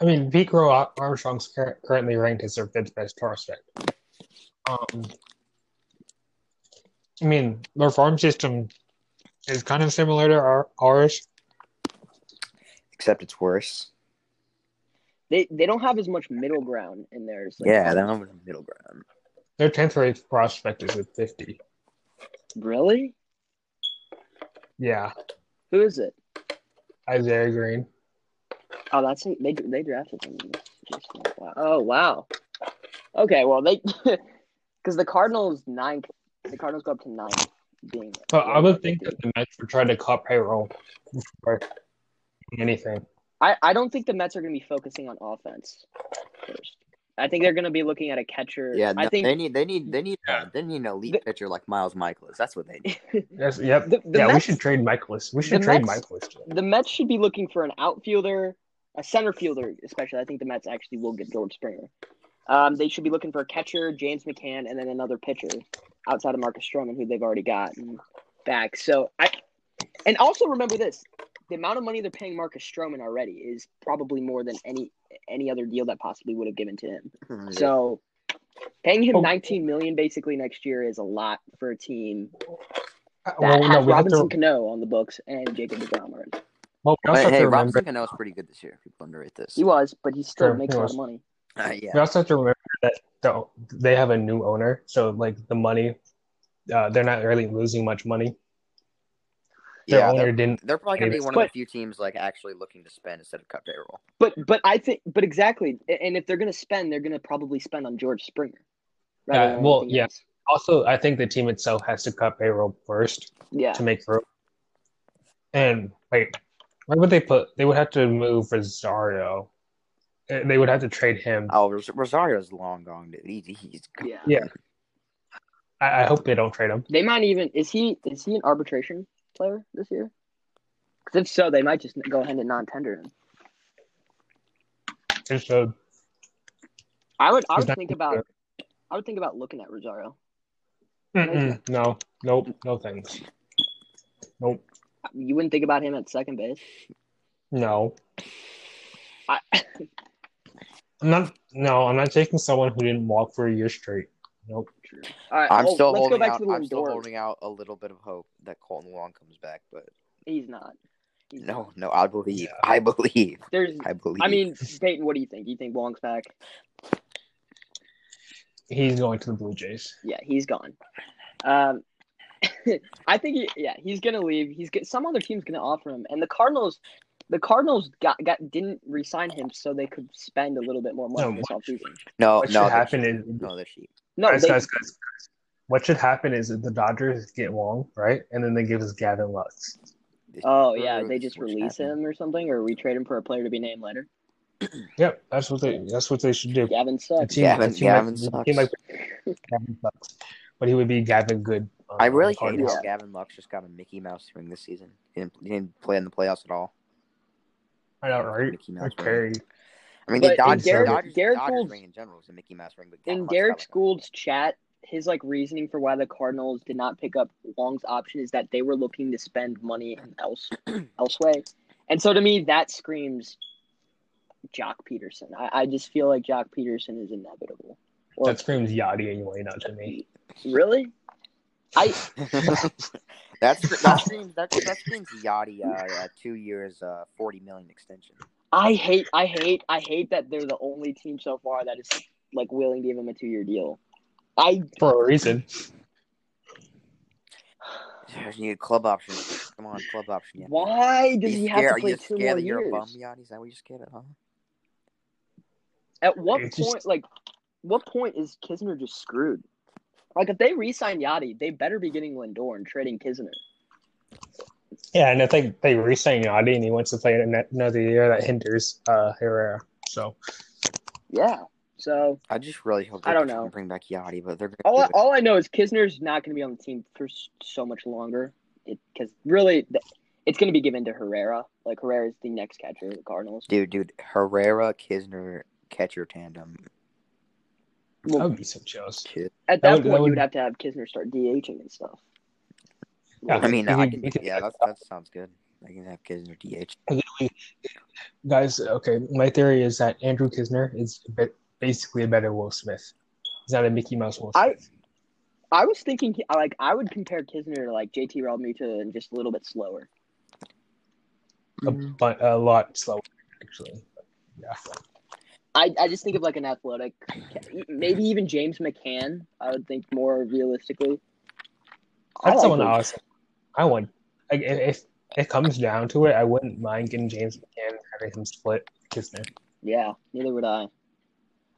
[SPEAKER 2] I mean, Pico Armstrong's cur- currently ranked as their fifth best prospect. Um, I mean, their farm system is kind of similar to our, ours.
[SPEAKER 3] Except it's worse.
[SPEAKER 1] They they don't have as much middle ground in theirs. like-
[SPEAKER 3] Yeah, they're on the middle ground.
[SPEAKER 2] Their tenth rate prospect is at fifty.
[SPEAKER 1] really.
[SPEAKER 2] Yeah,
[SPEAKER 1] Who is it?
[SPEAKER 2] Isaiah Green.
[SPEAKER 1] Oh, that's they they drafted him. Jeez, wow. Oh wow. Okay, well they <laughs> because the Cardinals ninth. The Cardinals go up to ninth. Being
[SPEAKER 2] But I would think that the Mets would try to cut payroll before doing anything.
[SPEAKER 1] I, I don't think the Mets are going to be focusing on offense first. I think they're going to be looking at a catcher.
[SPEAKER 3] Yeah,
[SPEAKER 1] I
[SPEAKER 3] no,
[SPEAKER 1] think
[SPEAKER 3] they need they need they need
[SPEAKER 2] Yeah.
[SPEAKER 3] they need an elite
[SPEAKER 1] The-
[SPEAKER 3] pitcher like Miles Michaelis. That's what they need. <laughs>
[SPEAKER 2] Yes, yep.
[SPEAKER 1] The- the
[SPEAKER 2] yeah, we
[SPEAKER 1] Mets-
[SPEAKER 2] should trade Michaelis. We should
[SPEAKER 1] the
[SPEAKER 2] trade
[SPEAKER 1] Mets-
[SPEAKER 2] Michaelis.
[SPEAKER 1] the Mets should be looking for an outfielder, a center fielder, especially. I think the Mets actually will get George Springer. Um, they should be looking for a catcher, James McCann, and then another pitcher outside of Marcus Stroman, who they've already gotten back. So I, and also remember this: the amount of money they're paying Marcus Stroman already is probably more than any any other deal that possibly would have given to him. <laughs> So paying him
[SPEAKER 2] Oh.
[SPEAKER 1] 19 million basically next year is a lot for a team
[SPEAKER 2] Uh,
[SPEAKER 1] that
[SPEAKER 2] Well, no,
[SPEAKER 1] has
[SPEAKER 2] we have
[SPEAKER 1] Robinson
[SPEAKER 2] to.
[SPEAKER 1] Cano on the books and Jacob DeGrom. already.
[SPEAKER 2] Well, we also
[SPEAKER 3] But
[SPEAKER 2] have
[SPEAKER 3] hey,
[SPEAKER 2] to remember.
[SPEAKER 3] Robinson Cano is pretty good this year. People underrate this.
[SPEAKER 1] He was, but he still
[SPEAKER 2] Sure,
[SPEAKER 1] makes
[SPEAKER 2] he
[SPEAKER 1] a lot
[SPEAKER 2] was.
[SPEAKER 1] of money.
[SPEAKER 3] Uh,
[SPEAKER 2] We
[SPEAKER 3] yeah,
[SPEAKER 2] also have to remember that the, they have a new owner, so like the money, uh, they're not really losing much money. Their
[SPEAKER 3] yeah,
[SPEAKER 2] owner
[SPEAKER 3] they're,
[SPEAKER 2] didn't.
[SPEAKER 3] they're probably gonna be
[SPEAKER 2] Davis.
[SPEAKER 3] one of the
[SPEAKER 1] But-
[SPEAKER 3] few teams like actually looking to spend instead of cut payroll.
[SPEAKER 1] But but I think but exactly, a- and if they're gonna spend, they're gonna probably spend on George Springer. rather
[SPEAKER 2] Yeah,
[SPEAKER 1] than
[SPEAKER 2] Uh, well,
[SPEAKER 1] anything
[SPEAKER 2] yeah.
[SPEAKER 1] else.
[SPEAKER 2] Also, I think the team itself has to cut payroll first
[SPEAKER 1] yeah.
[SPEAKER 2] to make room. And wait, where would they put? They would have to move Rosario. Uh, They would have to trade him.
[SPEAKER 3] Oh, Ros- Rosario's long gone. Dude. He, he's gone.
[SPEAKER 1] Yeah.
[SPEAKER 2] Yeah. I, I hope they don't trade him.
[SPEAKER 1] They might even is he is he an arbitration player this year? Because if so, they might just go ahead and non-tender him.
[SPEAKER 2] Just so
[SPEAKER 1] I would I
[SPEAKER 2] He's
[SPEAKER 1] would
[SPEAKER 2] not-
[SPEAKER 1] think about I would think about looking at Rosario.
[SPEAKER 2] Mm-mm. No, nope, no thanks. Nope,
[SPEAKER 1] You wouldn't think about him at second base.
[SPEAKER 2] no.
[SPEAKER 1] I,
[SPEAKER 2] I'm not. No, I'm not taking someone who didn't walk for a year straight. Nope.
[SPEAKER 1] all right,
[SPEAKER 3] I'm
[SPEAKER 1] oh,
[SPEAKER 3] still
[SPEAKER 1] let's
[SPEAKER 3] holding
[SPEAKER 1] go back
[SPEAKER 3] out.
[SPEAKER 1] to the
[SPEAKER 3] I'm still
[SPEAKER 1] Lindor.
[SPEAKER 3] holding out a little bit of hope that Colton Long comes back, but
[SPEAKER 1] He's not. He's
[SPEAKER 3] no,
[SPEAKER 1] not.
[SPEAKER 3] no, I believe.
[SPEAKER 2] Yeah.
[SPEAKER 3] I believe.
[SPEAKER 1] There's
[SPEAKER 3] I believe.
[SPEAKER 1] I mean, Peyton, what do you think? You think Wong's back?
[SPEAKER 2] He's going to the Blue Jays.
[SPEAKER 1] Yeah, he's gone. Um, <laughs> I think he, yeah, he's gonna leave. He's get, some other team's gonna offer him, and the Cardinals, the Cardinals got, got didn't resign him so they could spend a little bit more money
[SPEAKER 2] No,
[SPEAKER 1] this
[SPEAKER 2] what-
[SPEAKER 1] offseason.
[SPEAKER 3] no,
[SPEAKER 2] what should
[SPEAKER 3] no, they're
[SPEAKER 2] happen
[SPEAKER 3] cheap.
[SPEAKER 2] is-
[SPEAKER 3] no, they're cheap.
[SPEAKER 1] No,
[SPEAKER 2] guys,
[SPEAKER 1] they,
[SPEAKER 2] guys, guys, guys. What should happen is that the Dodgers get Wong, right, and then they give us Gavin Lux.
[SPEAKER 1] oh yeah,
[SPEAKER 3] This
[SPEAKER 1] they
[SPEAKER 3] is
[SPEAKER 1] just
[SPEAKER 3] what should
[SPEAKER 1] release
[SPEAKER 3] happen.
[SPEAKER 1] him or something, or we trade him for a player to be named later.
[SPEAKER 2] Yep, that's what they. That's what they should do.
[SPEAKER 1] Gavin
[SPEAKER 2] The
[SPEAKER 1] sucks.
[SPEAKER 2] team,
[SPEAKER 3] Gavin-
[SPEAKER 2] the team like-
[SPEAKER 3] Gavin
[SPEAKER 2] the
[SPEAKER 3] sucks.
[SPEAKER 2] team like- <laughs> Gavin sucks. But he would be Gavin good. um,
[SPEAKER 3] I really
[SPEAKER 2] on
[SPEAKER 3] hate
[SPEAKER 2] the
[SPEAKER 3] how
[SPEAKER 1] Yeah.
[SPEAKER 3] Gavin Lux just got a Mickey Mouse ring this season. He didn't, he didn't play in the playoffs at all.
[SPEAKER 2] I know, right?
[SPEAKER 3] Mickey Mouse
[SPEAKER 2] Like
[SPEAKER 3] ring.
[SPEAKER 2] Perry.
[SPEAKER 3] I mean,
[SPEAKER 1] But
[SPEAKER 3] the
[SPEAKER 1] in
[SPEAKER 3] Dodgers,
[SPEAKER 2] Garrett-
[SPEAKER 3] the Dodgers,
[SPEAKER 1] Garrett
[SPEAKER 3] Dodgers
[SPEAKER 1] Gould's-
[SPEAKER 3] ring in general is a Mickey Mouse ring, but Gavin
[SPEAKER 1] In
[SPEAKER 3] Lux got,
[SPEAKER 1] Derek
[SPEAKER 3] like, a-
[SPEAKER 1] Gould's chat, his like reasoning for why the Cardinals did not pick up Wong's option is that they were looking to spend money in
[SPEAKER 3] <clears throat>
[SPEAKER 1] else elsewhere. And so to me that screams Jock Peterson. I, I just feel like Jock Peterson is inevitable. Or
[SPEAKER 2] That screams Yachty anyway, not to me.
[SPEAKER 1] really? I
[SPEAKER 3] <laughs> That's that screams that, that screams Yachty uh, uh, two years uh, forty million extension.
[SPEAKER 1] I hate I hate I hate that they're the only team so far that is like willing to give him a two year deal. I
[SPEAKER 2] For a reason.
[SPEAKER 3] You need club option. Come on, club option. Yachty.
[SPEAKER 1] why
[SPEAKER 3] Are
[SPEAKER 1] does
[SPEAKER 3] you
[SPEAKER 1] he
[SPEAKER 3] scared-
[SPEAKER 1] have
[SPEAKER 3] are
[SPEAKER 1] to play
[SPEAKER 3] you
[SPEAKER 1] two
[SPEAKER 3] scared
[SPEAKER 1] more
[SPEAKER 3] that you're
[SPEAKER 1] years?
[SPEAKER 3] a bum, Yachty? Is that what you're scared of? Huh?
[SPEAKER 1] At what
[SPEAKER 2] It's just-
[SPEAKER 1] point, like, what point is Kisner just screwed? Like, if they re-sign Yachty, they better be getting Lindor and trading Kisner.
[SPEAKER 2] Yeah, and I think they re signed Yachty and he wants to play in that- another year that hinders uh, Herrera. So
[SPEAKER 1] Yeah. So
[SPEAKER 3] I just really hope
[SPEAKER 1] I
[SPEAKER 3] they
[SPEAKER 1] don't
[SPEAKER 3] can
[SPEAKER 1] know.
[SPEAKER 3] bring back Yachty, but they're gonna
[SPEAKER 1] all I,
[SPEAKER 3] do it.
[SPEAKER 1] all I know is Kisner's not going to be on the team for s- so much longer. Because really, th- it's going to be given to Herrera. Like Herrera's the next catcher of the Cardinals.
[SPEAKER 3] dude, dude. Herrera, Kisner, catcher tandem.
[SPEAKER 1] Well,
[SPEAKER 2] that would be some shows.
[SPEAKER 3] Kid.
[SPEAKER 1] At
[SPEAKER 2] that
[SPEAKER 1] that,
[SPEAKER 2] would- that
[SPEAKER 1] point, you
[SPEAKER 2] would-
[SPEAKER 1] would have to have Kisner start DHing and stuff.
[SPEAKER 2] Yeah.
[SPEAKER 3] I mean,
[SPEAKER 2] We
[SPEAKER 3] I
[SPEAKER 2] could-
[SPEAKER 3] can.
[SPEAKER 2] we could-
[SPEAKER 3] Yeah, that that sounds good. I can have Kisner DH.
[SPEAKER 2] Guys, okay, my theory is that Andrew Kisner is a bit- basically a better Will Smith. He's not a Mickey Mouse Will
[SPEAKER 1] I-
[SPEAKER 2] Smith.
[SPEAKER 1] I was thinking, like, I would compare Kisner to like JT Realmuto and just a little bit slower.
[SPEAKER 2] A
[SPEAKER 3] Mm.
[SPEAKER 2] but a lot slower, actually. But, yeah.
[SPEAKER 1] I, I just think of like an athletic, maybe even James McCann. I would think more realistically. I
[SPEAKER 2] That's
[SPEAKER 1] like
[SPEAKER 2] someone
[SPEAKER 1] him.
[SPEAKER 2] awesome. I would. Like, if, if it comes down to it, I wouldn't mind getting James McCann and having him split Kisner.
[SPEAKER 1] Yeah, neither would I.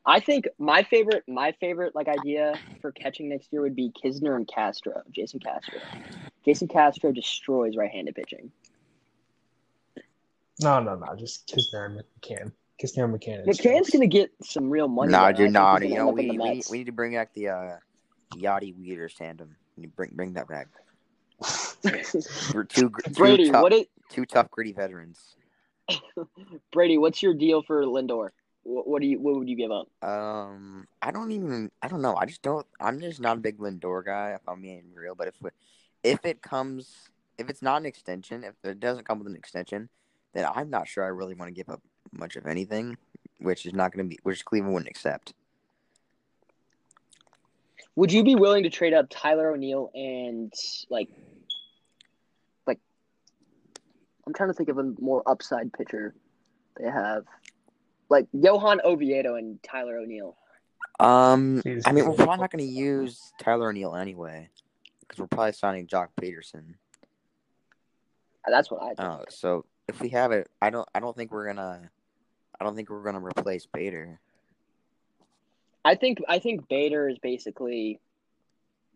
[SPEAKER 1] I think my favorite, my favorite like idea for catching next year would be Kisner and Castro, Jason Castro. Jason Castro destroys right-handed pitching.
[SPEAKER 2] No, no, no. Just Kisner and McCann. Kisner and McCann. is
[SPEAKER 1] McCann's
[SPEAKER 2] just-
[SPEAKER 1] gonna get some real money.
[SPEAKER 3] nah,
[SPEAKER 1] though.
[SPEAKER 3] dude,
[SPEAKER 1] I
[SPEAKER 3] nah.
[SPEAKER 1] think
[SPEAKER 3] You
[SPEAKER 1] he's
[SPEAKER 3] know,
[SPEAKER 1] gonna
[SPEAKER 3] we,
[SPEAKER 1] end up in the
[SPEAKER 3] we,
[SPEAKER 1] Mets.
[SPEAKER 3] we need to bring back the uh, Yachty Weeders tandem. We need to bring bring that back. We're two gr-
[SPEAKER 1] <laughs>
[SPEAKER 3] two
[SPEAKER 1] Brady,
[SPEAKER 3] tough,
[SPEAKER 1] what is
[SPEAKER 3] two tough gritty veterans.
[SPEAKER 1] Brady? What's your deal for Lindor? What, what do you? What would you give up?
[SPEAKER 3] Um, I don't even. I don't know. I just don't. I'm just not a big Lindor guy. If I'm being real, but if we- if it comes, if it's not an extension, if it doesn't come with an extension, then I'm not sure I really want to give up much of anything, which is not going to be, which Cleveland wouldn't accept.
[SPEAKER 1] Would you be willing to trade up Tyler O'Neill and like, like, I'm trying to think of a more upside pitcher they have, like Johan Oviedo and Tyler O'Neill.
[SPEAKER 3] Um,
[SPEAKER 2] He's-
[SPEAKER 3] I mean, we're probably not going to use Tyler O'Neill anyway, because we're probably signing Jock Peterson.
[SPEAKER 1] That's what I think.
[SPEAKER 3] Oh, so if we have it, I don't. I don't think we're gonna. I don't think we're gonna replace Bader.
[SPEAKER 1] I think I think Bader is basically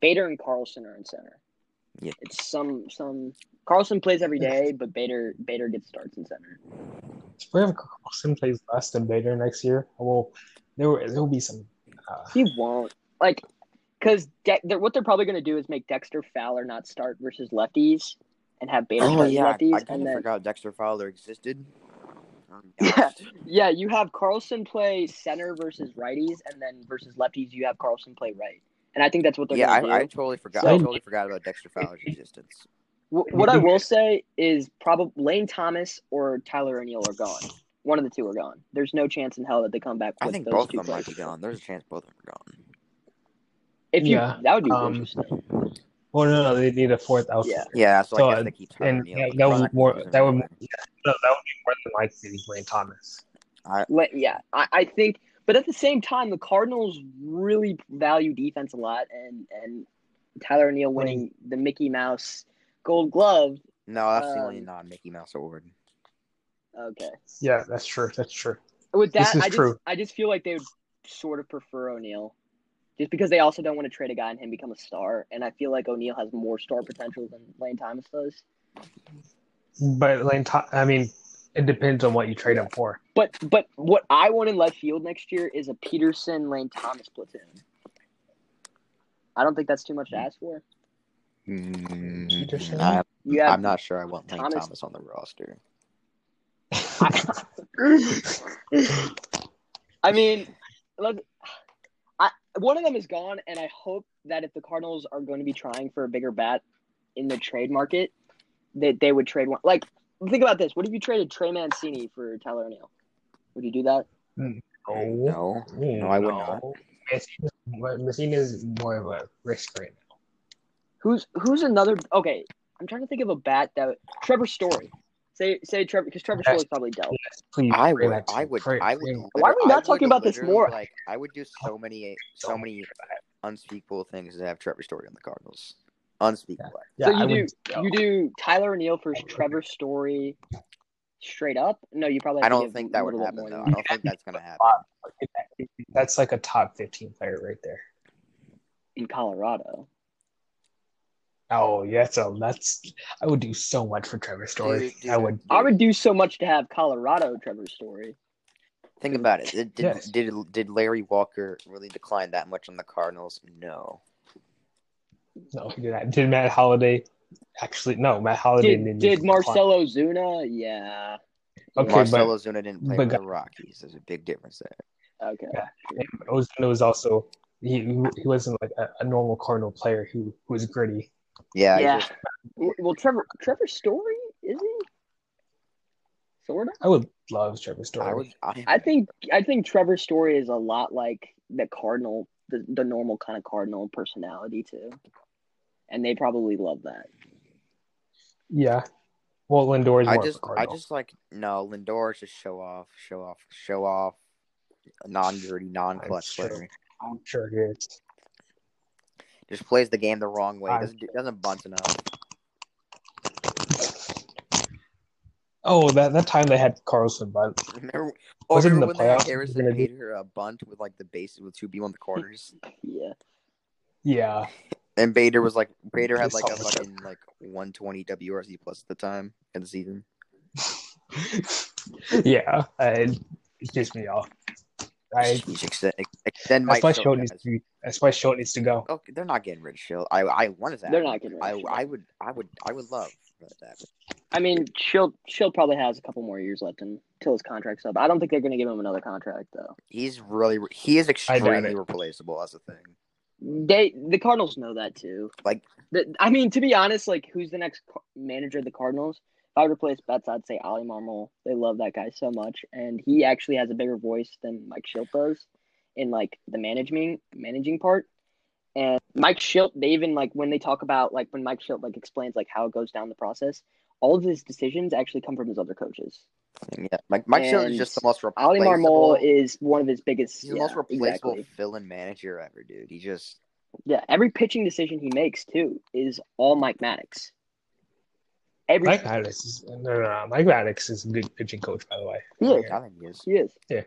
[SPEAKER 1] Bader and Carlson are in center.
[SPEAKER 3] Yeah.
[SPEAKER 1] It's some some Carlson plays every day, but Bader Bader gets starts in center.
[SPEAKER 2] If Carlson plays less than Bader next year, well, there will there will be some. Uh,
[SPEAKER 1] He won't like because De- they're, what they're probably going to do is make Dexter Fowler not start versus lefties and have Bader
[SPEAKER 3] Oh
[SPEAKER 1] start
[SPEAKER 3] yeah, I,
[SPEAKER 1] lefties,
[SPEAKER 3] kind
[SPEAKER 1] and
[SPEAKER 3] of
[SPEAKER 1] then
[SPEAKER 3] forgot Dexter Fowler existed. Um,
[SPEAKER 1] <laughs> Yeah. yeah, you have Carlson play center versus righties, and then versus lefties, you have Carlson play right. And I think that's what they're
[SPEAKER 3] yeah,
[SPEAKER 1] going to
[SPEAKER 3] I, I
[SPEAKER 1] do.
[SPEAKER 3] totally forgot. I
[SPEAKER 2] So-
[SPEAKER 3] totally forgot about Dexter Fowler's existence.
[SPEAKER 1] Wh- what I
[SPEAKER 3] Mhm.
[SPEAKER 1] will say is probably Lane Thomas or Tyler O'Neill are gone. One of the two are gone. There's no chance in hell that they come back. With
[SPEAKER 3] I think
[SPEAKER 1] those
[SPEAKER 3] both of
[SPEAKER 1] two
[SPEAKER 3] them might be
[SPEAKER 1] players.
[SPEAKER 3] gone. There's a chance both of them are gone.
[SPEAKER 1] If you,
[SPEAKER 2] Yeah,
[SPEAKER 1] that would be
[SPEAKER 2] um,
[SPEAKER 1] interesting.
[SPEAKER 2] well, no, no, they need a fourth outfielder.
[SPEAKER 3] Yeah, so,
[SPEAKER 2] So,
[SPEAKER 3] I guess
[SPEAKER 2] uh,
[SPEAKER 3] they keep Tyler
[SPEAKER 2] And
[SPEAKER 3] O'Neill.
[SPEAKER 2] yeah,
[SPEAKER 3] but
[SPEAKER 2] that
[SPEAKER 3] they're
[SPEAKER 2] would
[SPEAKER 3] not
[SPEAKER 2] more
[SPEAKER 3] gonna use
[SPEAKER 2] that would
[SPEAKER 3] him.
[SPEAKER 2] no, that would be more than likely Lane Thomas.
[SPEAKER 1] Le- yeah, I, I think, but at the same time, the Cardinals really value defense a lot, and and Tyler O'Neill winning the Mickey Mouse Gold Glove.
[SPEAKER 3] No, that's the only
[SPEAKER 1] Um,
[SPEAKER 3] non-Mickey Mouse award.
[SPEAKER 1] Okay.
[SPEAKER 2] Yeah, that's true. That's true.
[SPEAKER 1] With
[SPEAKER 2] This
[SPEAKER 1] that,
[SPEAKER 2] is
[SPEAKER 1] I just
[SPEAKER 2] true.
[SPEAKER 1] I just feel like they would sort of prefer O'Neal, just because they also don't want to trade a guy and him become a star. And I feel like O'Neal has more star potential than Lane Thomas does.
[SPEAKER 2] But Lane, Tho- I mean, it depends on what you trade him for.
[SPEAKER 1] But but what I want in left field next year is a Peterson Lane Thomas platoon. I don't think that's too
[SPEAKER 2] Mm.
[SPEAKER 1] much to ask for.
[SPEAKER 2] Peterson?
[SPEAKER 3] Mm, I,
[SPEAKER 1] You have
[SPEAKER 3] am not sure I want Lane
[SPEAKER 1] Thomas-
[SPEAKER 3] Thomas. on the roster.
[SPEAKER 1] I, I mean, look, I one of them is gone, and I hope that if the Cardinals are going to be trying for a bigger bat in the trade market, that they would trade one. Like, think about this: what if you traded Trey Mancini for Tyler O'Neill? Would you do that?
[SPEAKER 2] No,
[SPEAKER 3] No, no, I would not.
[SPEAKER 2] not. Messina is more of a risk right now.
[SPEAKER 1] Who's who's another? Okay, I'm trying to think of a bat that Trevor Story. Say say Trevor because Trevor
[SPEAKER 2] Yes.
[SPEAKER 1] Story's probably dealt.
[SPEAKER 2] Yes, please.
[SPEAKER 3] I
[SPEAKER 2] trade
[SPEAKER 3] would,
[SPEAKER 2] that
[SPEAKER 3] I
[SPEAKER 2] too.
[SPEAKER 3] would,
[SPEAKER 2] Trade-
[SPEAKER 3] I would.
[SPEAKER 2] trade-
[SPEAKER 1] Why are we
[SPEAKER 3] literally-
[SPEAKER 1] not
[SPEAKER 3] I would
[SPEAKER 1] talking about this
[SPEAKER 3] literally,
[SPEAKER 1] more?
[SPEAKER 3] Like, I would do so many, so many unspeakable things to have Trevor Story on the Cardinals. Unspeakable.
[SPEAKER 2] Yeah,
[SPEAKER 1] so you
[SPEAKER 2] I
[SPEAKER 1] do
[SPEAKER 2] would.
[SPEAKER 1] you do Tyler O'Neill for Trevor Story straight up? No, you probably. Have
[SPEAKER 3] I
[SPEAKER 1] to
[SPEAKER 3] don't
[SPEAKER 1] give
[SPEAKER 3] think
[SPEAKER 1] a
[SPEAKER 3] that would
[SPEAKER 1] little bit
[SPEAKER 3] happen
[SPEAKER 1] more
[SPEAKER 3] though.
[SPEAKER 1] than
[SPEAKER 3] I don't think that's
[SPEAKER 1] <laughs>
[SPEAKER 3] gonna happen.
[SPEAKER 2] That's like a top fifteen player right there.
[SPEAKER 1] in Colorado.
[SPEAKER 2] Oh yeah, so that's. I would do so much for Trevor Story.
[SPEAKER 3] Dude, dude,
[SPEAKER 2] I would.
[SPEAKER 1] I would do so much to have Colorado Trevor Story.
[SPEAKER 3] Think about it. Did, did,
[SPEAKER 2] Yes.
[SPEAKER 3] did did Larry Walker really decline that much on the Cardinals? No.
[SPEAKER 2] No, he did not. Did Matt Holiday actually? No, Matt
[SPEAKER 3] Oh,
[SPEAKER 2] Holiday
[SPEAKER 1] Did,
[SPEAKER 2] didn't
[SPEAKER 1] did
[SPEAKER 2] even
[SPEAKER 1] Marcelo Zuna? Yeah.
[SPEAKER 2] climb. Okay,
[SPEAKER 3] Marcelo Zuna didn't play
[SPEAKER 2] but
[SPEAKER 3] for the
[SPEAKER 2] guys-
[SPEAKER 3] Rockies. There's a big difference there.
[SPEAKER 1] Okay.
[SPEAKER 2] but Ozuna was also he. He wasn't like a, a normal Cardinal player who who was gritty.
[SPEAKER 3] Yeah. he
[SPEAKER 1] yeah.
[SPEAKER 3] just-
[SPEAKER 1] W- Well, Trevor Trevor Story is he? Sort of.
[SPEAKER 2] I would love Trevor Story.
[SPEAKER 3] I would. I,
[SPEAKER 1] I think I think Trevor Story is a lot like the Cardinal, the, the normal kind of Cardinal personality too, and they probably love that.
[SPEAKER 2] Yeah. Well, Lindor is
[SPEAKER 3] I
[SPEAKER 2] more
[SPEAKER 3] just.
[SPEAKER 2] of a Cardinal.
[SPEAKER 3] I just like no. Lindor is just show off. Show off. Show off. Non-dirty, non-clutch
[SPEAKER 2] I'm sure.
[SPEAKER 3] player.
[SPEAKER 2] I'm sure it is.
[SPEAKER 3] Just plays the game the wrong way.
[SPEAKER 2] I'm-
[SPEAKER 3] Doesn't do- doesn't bunt enough. <laughs>
[SPEAKER 2] Oh, that that time they had Carlson, but
[SPEAKER 3] Remember, oh,
[SPEAKER 2] Was it in
[SPEAKER 3] remember
[SPEAKER 2] the
[SPEAKER 3] when they had
[SPEAKER 2] playoffs?
[SPEAKER 3] Harrison
[SPEAKER 2] Gonna do-
[SPEAKER 3] Bader uh, bunt with like the bases with two B on the corners,
[SPEAKER 1] Yeah.
[SPEAKER 2] yeah,
[SPEAKER 3] and Bader was like Bader had
[SPEAKER 2] Just
[SPEAKER 3] like a
[SPEAKER 2] solid.
[SPEAKER 3] fucking like one twenty WRC plus at the time in the season.
[SPEAKER 2] yeah, I, it pissed me off. I
[SPEAKER 3] Jeez, extend, extend
[SPEAKER 2] that's
[SPEAKER 3] Mike.
[SPEAKER 2] why
[SPEAKER 3] Schilt,
[SPEAKER 2] Schultz needs
[SPEAKER 3] guys.
[SPEAKER 2] to. Be, that's why Schultz needs to go.
[SPEAKER 3] Oh, they're not getting rid of Schilt. I I wanted that.
[SPEAKER 1] They're not getting rid
[SPEAKER 3] I
[SPEAKER 1] of Schilt.
[SPEAKER 3] I would I would I would love that.
[SPEAKER 1] I mean, she'll she'll probably has a couple more years left until his contract's up. I don't think they're going to give him another contract though.
[SPEAKER 3] He's really he is extremely
[SPEAKER 2] it.
[SPEAKER 3] replaceable. That's the thing.
[SPEAKER 1] They the Cardinals know that too.
[SPEAKER 3] Like-
[SPEAKER 1] The- I mean, to be honest, like who's the next Car- manager of the Cardinals? If I replace Betts, I'd say Ali Marmol. They love that guy so much, and he actually has a bigger voice than Mike Schilt does in like the managing managing part. And Mike Schilt, they even like when they talk about like when Mike Schilt like explains like how it goes down the process. All of his decisions actually come from his other coaches.
[SPEAKER 3] Yeah, Mike Mike Schilt
[SPEAKER 1] And
[SPEAKER 3] is just the most
[SPEAKER 1] Ali
[SPEAKER 3] replaceable.
[SPEAKER 1] Marmol is one of his biggest.
[SPEAKER 3] oh. he's
[SPEAKER 1] Yeah,
[SPEAKER 3] the most replaceable
[SPEAKER 1] exactly.
[SPEAKER 3] fill-in manager ever, dude. He just
[SPEAKER 1] Yeah, every pitching decision he makes too is all Mike Maddox, Every
[SPEAKER 2] Mike Maddox is no, no, no. Mike Maddox is a good pitching coach, by the way.
[SPEAKER 1] he is.
[SPEAKER 3] I think he is.
[SPEAKER 1] He is.
[SPEAKER 2] Yeah.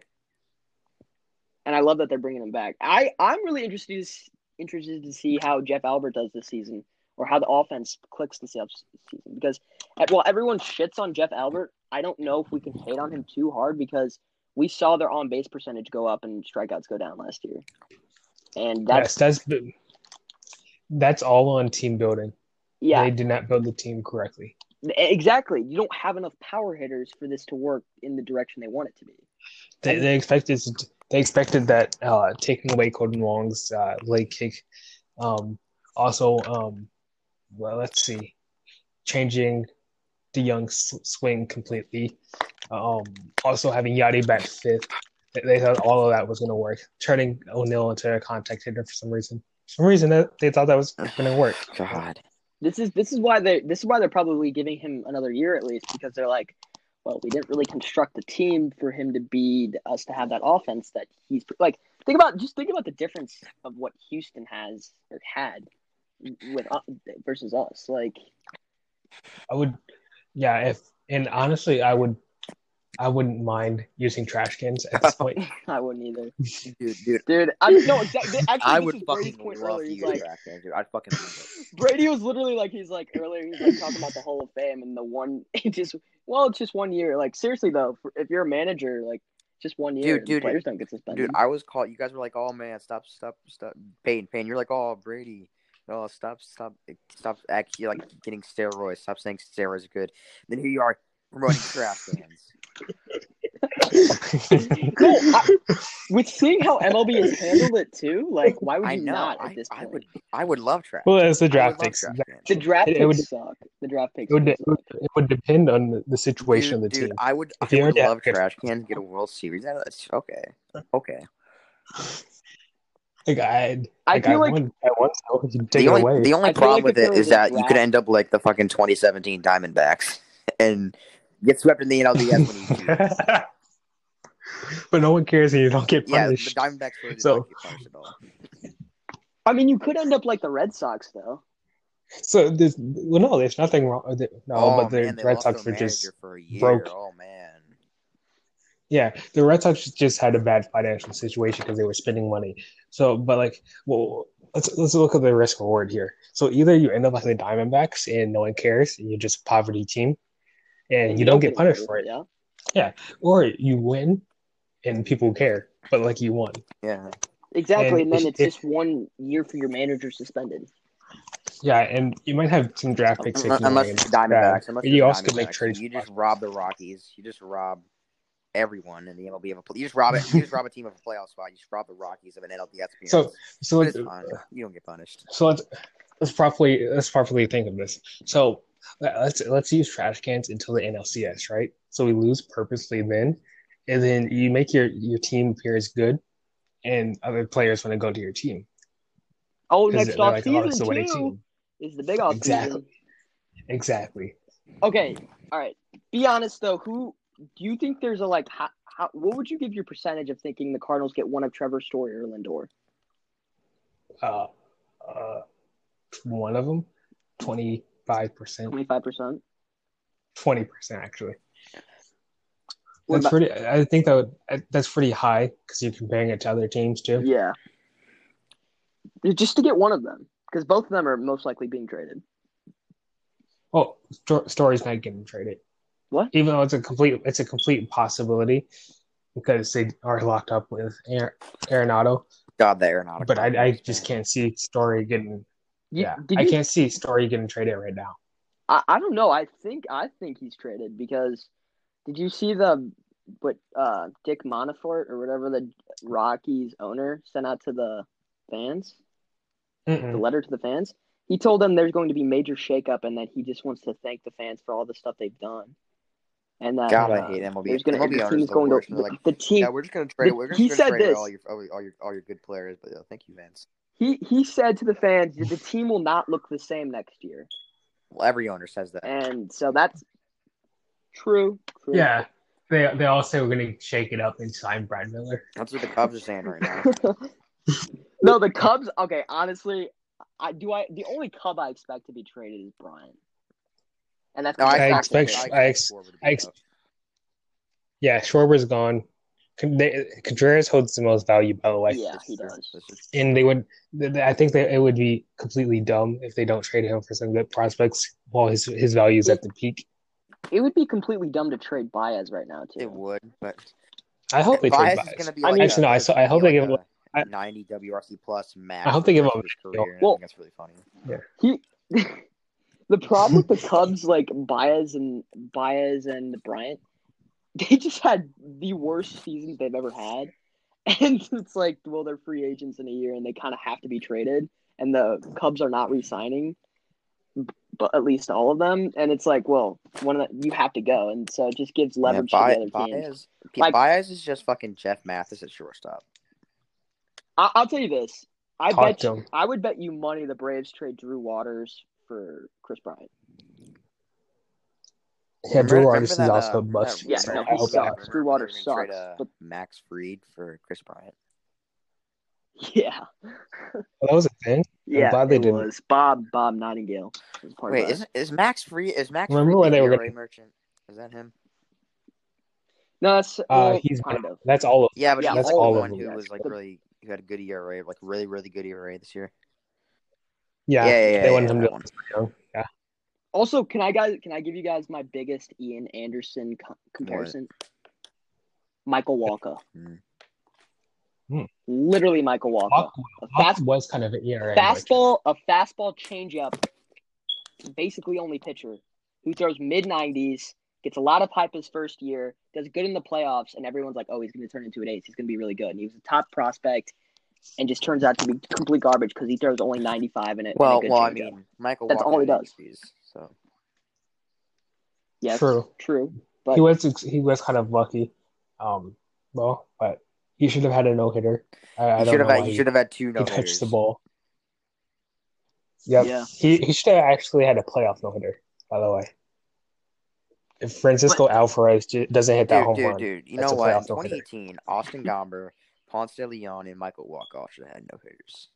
[SPEAKER 1] And I love that they're bringing him back. I I'm really interested to, s- interested to see how Jeff Albert does this season, or how the offense clicks this up- season. Because eh, while everyone shits on Jeff Albert, I don't know if we can hate on him too hard because we saw their on base percentage go up and strikeouts go down last year, and that's
[SPEAKER 2] yes, that's that's all on team building.
[SPEAKER 1] yeah,
[SPEAKER 2] They did not build the team correctly.
[SPEAKER 1] e, exactly. You don't have enough power hitters for this to work in the direction they want it to be.
[SPEAKER 2] They,
[SPEAKER 1] And-
[SPEAKER 2] they expected they expected that uh, taking away Colton Wong's uh, leg kick, um, also um, well let's see, changing the young s- swing completely, um, also having Yadi back fifth. They, they thought all of that was going to work. Turning O'Neill into a contact hitter for some reason. For some reason that they thought that was going to work.
[SPEAKER 3] God.
[SPEAKER 1] This is this is why they this is why they're probably giving him another year at least because they're like, well, we didn't really construct a team for him to be us to have that offense that he's like. Think about just think about the difference of what Houston has or had with u- versus us. Like,
[SPEAKER 2] I would, yeah. If and honestly, I would, I wouldn't mind using trash cans at this point. <laughs>
[SPEAKER 1] I wouldn't either,
[SPEAKER 3] Dude, dude.
[SPEAKER 1] dude. I no, exactly. Actually,
[SPEAKER 3] <laughs> I
[SPEAKER 1] this
[SPEAKER 3] would
[SPEAKER 1] is Brady's
[SPEAKER 3] fucking
[SPEAKER 1] point
[SPEAKER 3] love
[SPEAKER 1] earlier.
[SPEAKER 3] to
[SPEAKER 1] He's
[SPEAKER 3] use
[SPEAKER 1] like,
[SPEAKER 3] trash cans, dude. I'd fucking love it.
[SPEAKER 1] Brady was literally like he's like earlier he's like talking about the Hall of Fame and the one <laughs> it just well it's just one year like seriously though for, if you're a manager like just one year
[SPEAKER 3] Dude, dude,
[SPEAKER 1] players don't get suspended
[SPEAKER 3] Dude, I was called. You guys were like, "Oh man, stop, stop, stop, Payne, Payne." You're like, "Oh Brady, oh stop, stop, stop." Actually, like getting steroids. Stop saying steroids are good. Then here you are
[SPEAKER 1] <laughs>
[SPEAKER 3] promoting trash cans. <laughs>
[SPEAKER 1] no, I, with seeing how MLB has handled it too like why would you
[SPEAKER 3] I know.
[SPEAKER 1] not at
[SPEAKER 3] I,
[SPEAKER 1] this point
[SPEAKER 3] I would. I would love trash.
[SPEAKER 2] well, as the draft
[SPEAKER 3] I would love
[SPEAKER 2] picks,
[SPEAKER 3] trash
[SPEAKER 2] it
[SPEAKER 1] the
[SPEAKER 3] cans.
[SPEAKER 1] draft
[SPEAKER 2] It- it
[SPEAKER 1] picks
[SPEAKER 2] would-
[SPEAKER 1] suck the draft picks
[SPEAKER 2] would,
[SPEAKER 1] do
[SPEAKER 2] it
[SPEAKER 1] suck.
[SPEAKER 2] would it would depend on the, the situation
[SPEAKER 3] Dude,
[SPEAKER 2] of the
[SPEAKER 3] dude,
[SPEAKER 2] team.
[SPEAKER 3] I would.
[SPEAKER 2] If
[SPEAKER 3] I
[SPEAKER 2] you're
[SPEAKER 3] would
[SPEAKER 2] an
[SPEAKER 3] love
[SPEAKER 2] actor-
[SPEAKER 3] trash cans. and Get a World Series. Yeah, That's okay. Okay.
[SPEAKER 2] Like I,
[SPEAKER 1] I feel like
[SPEAKER 2] one, I want so you take
[SPEAKER 3] The
[SPEAKER 2] it
[SPEAKER 3] only,
[SPEAKER 2] away.
[SPEAKER 3] the only
[SPEAKER 1] I feel
[SPEAKER 3] problem
[SPEAKER 1] like
[SPEAKER 3] with
[SPEAKER 1] if
[SPEAKER 3] it
[SPEAKER 1] there
[SPEAKER 3] is
[SPEAKER 1] was a
[SPEAKER 3] that you could
[SPEAKER 1] draft-
[SPEAKER 3] end up like the fucking 2017 Diamondbacks <laughs> and get swept in the NLDS when you do.
[SPEAKER 2] <laughs> but no one cares, and you don't get
[SPEAKER 3] Yeah, the
[SPEAKER 2] punished.
[SPEAKER 3] Diamondbacks really did
[SPEAKER 2] So- oh,
[SPEAKER 3] not get punished at all.
[SPEAKER 1] I mean you could end up like the Red Sox though
[SPEAKER 2] so there's well, no, there's nothing wrong. with it. No,
[SPEAKER 3] oh,
[SPEAKER 2] but the
[SPEAKER 3] man, they
[SPEAKER 2] Red
[SPEAKER 3] lost
[SPEAKER 2] Sox
[SPEAKER 3] their
[SPEAKER 2] were just
[SPEAKER 3] manager for a year.
[SPEAKER 2] broke.
[SPEAKER 3] Oh man,
[SPEAKER 2] Yeah, the Red Sox just had a bad financial situation because they were spending money. So, but like, well, let's let's look at the risk reward here. So either you end up like the Diamondbacks and no one cares, and you're just a poverty team, and you, don't, get punished
[SPEAKER 1] paid,
[SPEAKER 2] for it,
[SPEAKER 1] yeah
[SPEAKER 2] or you win and people care, but like you won.
[SPEAKER 3] yeah.
[SPEAKER 1] exactly and,
[SPEAKER 2] And
[SPEAKER 1] then
[SPEAKER 2] if-
[SPEAKER 1] it's just one year for your manager suspended
[SPEAKER 2] Yeah, and you might have some draft picks.
[SPEAKER 3] Unless,
[SPEAKER 2] taken
[SPEAKER 3] unless
[SPEAKER 2] away.
[SPEAKER 3] it's Diamondbacks,
[SPEAKER 2] Yeah.
[SPEAKER 3] unless
[SPEAKER 2] You
[SPEAKER 3] it's
[SPEAKER 2] also could make
[SPEAKER 3] Diamondbacks,
[SPEAKER 2] trades
[SPEAKER 3] You
[SPEAKER 2] for
[SPEAKER 3] just rob the Rockies. You just rob everyone in the MLB of a. pl- You just rob it. You just rob a team of a playoff spot. You just rob the Rockies of an NLDS appearance.
[SPEAKER 2] So, so
[SPEAKER 3] But
[SPEAKER 2] let's
[SPEAKER 3] it's fine. You don't get punished.
[SPEAKER 2] so let's let's properly let's properly think of this. So let- let's let's use trash cans until the NLCS, right? So we lose purposely then, and then you make your your team appear as good, and other players want to go to your team
[SPEAKER 1] oh
[SPEAKER 2] because
[SPEAKER 1] next
[SPEAKER 2] they're
[SPEAKER 1] off
[SPEAKER 2] like, oh,
[SPEAKER 1] season
[SPEAKER 2] it's the winning
[SPEAKER 1] too
[SPEAKER 2] team.
[SPEAKER 1] is the big off
[SPEAKER 2] Exactly.
[SPEAKER 1] season
[SPEAKER 2] Exactly.
[SPEAKER 1] Okay, all right. Be honest though. Who do you think there's a like? How, how, what would you give your percentage of thinking the Cardinals get one of Trevor Story or Lindor?
[SPEAKER 2] Uh, uh, one of them, twenty five percent,
[SPEAKER 1] Twenty five percent.
[SPEAKER 2] twenty percent actually.
[SPEAKER 1] What
[SPEAKER 2] That's pretty. I think that would, that's pretty high because you're comparing it to other teams too.
[SPEAKER 1] Yeah. Just to get one of them, because both of them are most likely being traded.
[SPEAKER 2] Well, Oh, Sto- Story's not getting traded.
[SPEAKER 1] What?
[SPEAKER 2] Even though it's a complete, it's a complete possibility because they are locked up with Air, Arenado.
[SPEAKER 3] God, the Arenado.
[SPEAKER 2] But I, I just can't see Story getting.
[SPEAKER 1] You-
[SPEAKER 2] yeah,
[SPEAKER 1] Did
[SPEAKER 2] I
[SPEAKER 1] you?
[SPEAKER 2] can't see Story getting traded right now.
[SPEAKER 1] I, I don't know. I think I think he's traded because did you see the what uh Dick Monafort or whatever the Rockies owner sent out to the fans? the
[SPEAKER 2] Mm-mm.
[SPEAKER 1] letter to the fans. He told them there's going to be major shakeup and that he just wants to thank the fans for all the stuff they've done. And that
[SPEAKER 3] God,
[SPEAKER 2] Uh,
[SPEAKER 3] I hate MLB.
[SPEAKER 1] there's going to
[SPEAKER 3] MLB
[SPEAKER 1] the
[SPEAKER 3] owners
[SPEAKER 1] team
[SPEAKER 3] are
[SPEAKER 1] is
[SPEAKER 3] the
[SPEAKER 1] going
[SPEAKER 3] worst.
[SPEAKER 1] to
[SPEAKER 3] They're like,
[SPEAKER 1] the team.
[SPEAKER 3] yeah, we're just gonna trade.
[SPEAKER 1] the-
[SPEAKER 3] We're just
[SPEAKER 1] he
[SPEAKER 3] gonna
[SPEAKER 1] said
[SPEAKER 3] trade away
[SPEAKER 1] this.
[SPEAKER 3] all your, all your all your all your good players. But uh, thank you, Vance.
[SPEAKER 1] He he said to the fans that the team will not look the same next year,
[SPEAKER 3] Well, every owner says that.
[SPEAKER 1] and so that's true. true.
[SPEAKER 2] Yeah, they they all say we're gonna shake it up and sign Brad Miller.
[SPEAKER 3] That's what the Cubs are saying right <laughs> now.
[SPEAKER 1] <laughs> no, the Cubs. Okay, honestly, I do. I the only Cub I expect to be traded is Bryant. and that's
[SPEAKER 3] No, I,
[SPEAKER 2] I
[SPEAKER 1] exactly
[SPEAKER 2] expect-
[SPEAKER 1] what-
[SPEAKER 2] I ex- I ex- Yeah, Schwarber's gone. Con- they- Contreras holds the most value, by the way.
[SPEAKER 1] Yeah, he does.
[SPEAKER 2] And they would, th- th- I think that it would be completely dumb if they don't trade him for some good prospects while his his value is at the peak.
[SPEAKER 1] It would be completely dumb to trade Baez right now, too.
[SPEAKER 3] It would, but
[SPEAKER 2] I hope they trade
[SPEAKER 3] Bias
[SPEAKER 2] Bias.
[SPEAKER 3] is going to be.
[SPEAKER 1] I
[SPEAKER 3] Like
[SPEAKER 1] mean-
[SPEAKER 2] Actually, no, I saw- I hope they give
[SPEAKER 3] like a
[SPEAKER 2] I-
[SPEAKER 3] ninety WRC plus max.
[SPEAKER 2] I hope
[SPEAKER 3] for
[SPEAKER 2] they
[SPEAKER 3] the
[SPEAKER 2] give
[SPEAKER 3] rest
[SPEAKER 2] him
[SPEAKER 3] of his
[SPEAKER 2] a-
[SPEAKER 3] career. and I
[SPEAKER 1] Well-
[SPEAKER 3] think that's really funny.
[SPEAKER 1] <laughs> the problem with the Cubs, like Baez and Baez and Bryant, <laughs> they just had the worst seasons they've ever had, <laughs> and it's like, well, they're free agents in a year, and they kind of have to be traded, and the Cubs are not re-signing, but at least all of them, and it's like, well, one of the, you have to go, and so it just gives leverage
[SPEAKER 3] Bi-
[SPEAKER 1] to the other teams.
[SPEAKER 3] Baez,
[SPEAKER 1] Like-
[SPEAKER 3] Baez is just fucking Jeff Mathis at shortstop.
[SPEAKER 1] I- I'll tell you this: I
[SPEAKER 2] Talk
[SPEAKER 1] bet
[SPEAKER 2] to him.
[SPEAKER 1] I would bet you money the Braves trade Drew Waters for Chris Bryant. <laughs>
[SPEAKER 2] Yeah,
[SPEAKER 3] Remember-
[SPEAKER 2] Brew
[SPEAKER 3] remember
[SPEAKER 2] Artison's
[SPEAKER 3] that, uh,
[SPEAKER 2] also a
[SPEAKER 3] remember
[SPEAKER 2] bust.
[SPEAKER 3] that-
[SPEAKER 1] Yeah,
[SPEAKER 2] so
[SPEAKER 1] no,
[SPEAKER 2] I
[SPEAKER 1] he
[SPEAKER 2] hope
[SPEAKER 1] sucks.
[SPEAKER 2] that.
[SPEAKER 3] Remember-
[SPEAKER 1] Drew Waters
[SPEAKER 3] remember we
[SPEAKER 1] sucks,
[SPEAKER 3] trade, uh,
[SPEAKER 1] but
[SPEAKER 3] Max Freed for Chris Bryant.
[SPEAKER 1] yeah.
[SPEAKER 2] Well, that was a thing.
[SPEAKER 1] Yeah,
[SPEAKER 2] glad they
[SPEAKER 1] it
[SPEAKER 2] didn't.
[SPEAKER 1] was Bob Bob Nightingale. Was part
[SPEAKER 3] Wait,
[SPEAKER 1] of
[SPEAKER 3] is
[SPEAKER 1] that.
[SPEAKER 3] is Max Freed? Is Max
[SPEAKER 2] Remember
[SPEAKER 3] Freed
[SPEAKER 2] when
[SPEAKER 3] the
[SPEAKER 2] they were
[SPEAKER 3] ERA
[SPEAKER 2] gonna-
[SPEAKER 3] merchant? Is that him?
[SPEAKER 1] no, that's
[SPEAKER 2] Uh,
[SPEAKER 1] well,
[SPEAKER 2] he's
[SPEAKER 1] kind of.
[SPEAKER 2] That's all of.
[SPEAKER 3] Yeah, but
[SPEAKER 1] Yeah,
[SPEAKER 3] he's
[SPEAKER 2] that's
[SPEAKER 3] like the
[SPEAKER 2] all of
[SPEAKER 3] one
[SPEAKER 2] them.
[SPEAKER 3] who
[SPEAKER 1] Yes,
[SPEAKER 3] was like
[SPEAKER 1] but-
[SPEAKER 3] really who had a good ERA, like really really good ERA this year.
[SPEAKER 2] Yeah,
[SPEAKER 3] yeah, yeah,
[SPEAKER 2] they
[SPEAKER 3] yeah,
[SPEAKER 2] wanted him
[SPEAKER 3] that
[SPEAKER 2] to. <laughs>
[SPEAKER 3] one.
[SPEAKER 1] Also, can I guys can I give you guys my biggest Ian Anderson co- comparison? Michael Walker.
[SPEAKER 3] Hmm.
[SPEAKER 2] Hmm.
[SPEAKER 1] Literally, Michael Walker.
[SPEAKER 2] Walk,
[SPEAKER 1] A
[SPEAKER 2] Walk
[SPEAKER 1] fast,
[SPEAKER 2] was kind of an ERA.
[SPEAKER 1] fastball, a fastball changeup. Basically, only pitcher who throws mid nineties, gets a lot of hype his first year, does good in the playoffs, and everyone's like, "Oh, he's going to turn into an ace. He's going to be really good." And he was a top prospect, and just turns out to be complete garbage because he throws only ninety five in it.
[SPEAKER 3] Well,
[SPEAKER 1] and a good
[SPEAKER 3] well, I
[SPEAKER 1] changeup.
[SPEAKER 3] mean, Michael.
[SPEAKER 1] That's
[SPEAKER 3] Walker
[SPEAKER 1] all he
[SPEAKER 3] had
[SPEAKER 1] does.
[SPEAKER 3] ADPs, So
[SPEAKER 1] Yes,
[SPEAKER 2] True.
[SPEAKER 1] true. But
[SPEAKER 2] he was he was kind of lucky. Um, well, but he should have had a no hitter. I, I
[SPEAKER 3] he
[SPEAKER 2] don't
[SPEAKER 3] should
[SPEAKER 2] know
[SPEAKER 3] have
[SPEAKER 2] why
[SPEAKER 3] had. He
[SPEAKER 2] he,
[SPEAKER 3] should have had
[SPEAKER 2] <laughs>
[SPEAKER 3] two
[SPEAKER 2] he
[SPEAKER 3] no
[SPEAKER 2] touched
[SPEAKER 3] hitters.
[SPEAKER 2] the ball. Yep.
[SPEAKER 1] Yeah.
[SPEAKER 2] He he should have actually had a playoff no hitter. By the way, if Francisco Alvarez ju- doesn't hit that
[SPEAKER 3] Dude,
[SPEAKER 2] home
[SPEAKER 3] dude,
[SPEAKER 2] run,
[SPEAKER 3] dude. You
[SPEAKER 2] that's
[SPEAKER 3] know
[SPEAKER 2] a
[SPEAKER 3] what? In
[SPEAKER 2] playoff no-hitter.
[SPEAKER 3] 2018,
[SPEAKER 2] <laughs>
[SPEAKER 3] Austin Gomber, Ponce de Leon, and Michael Walker should have had no hitters.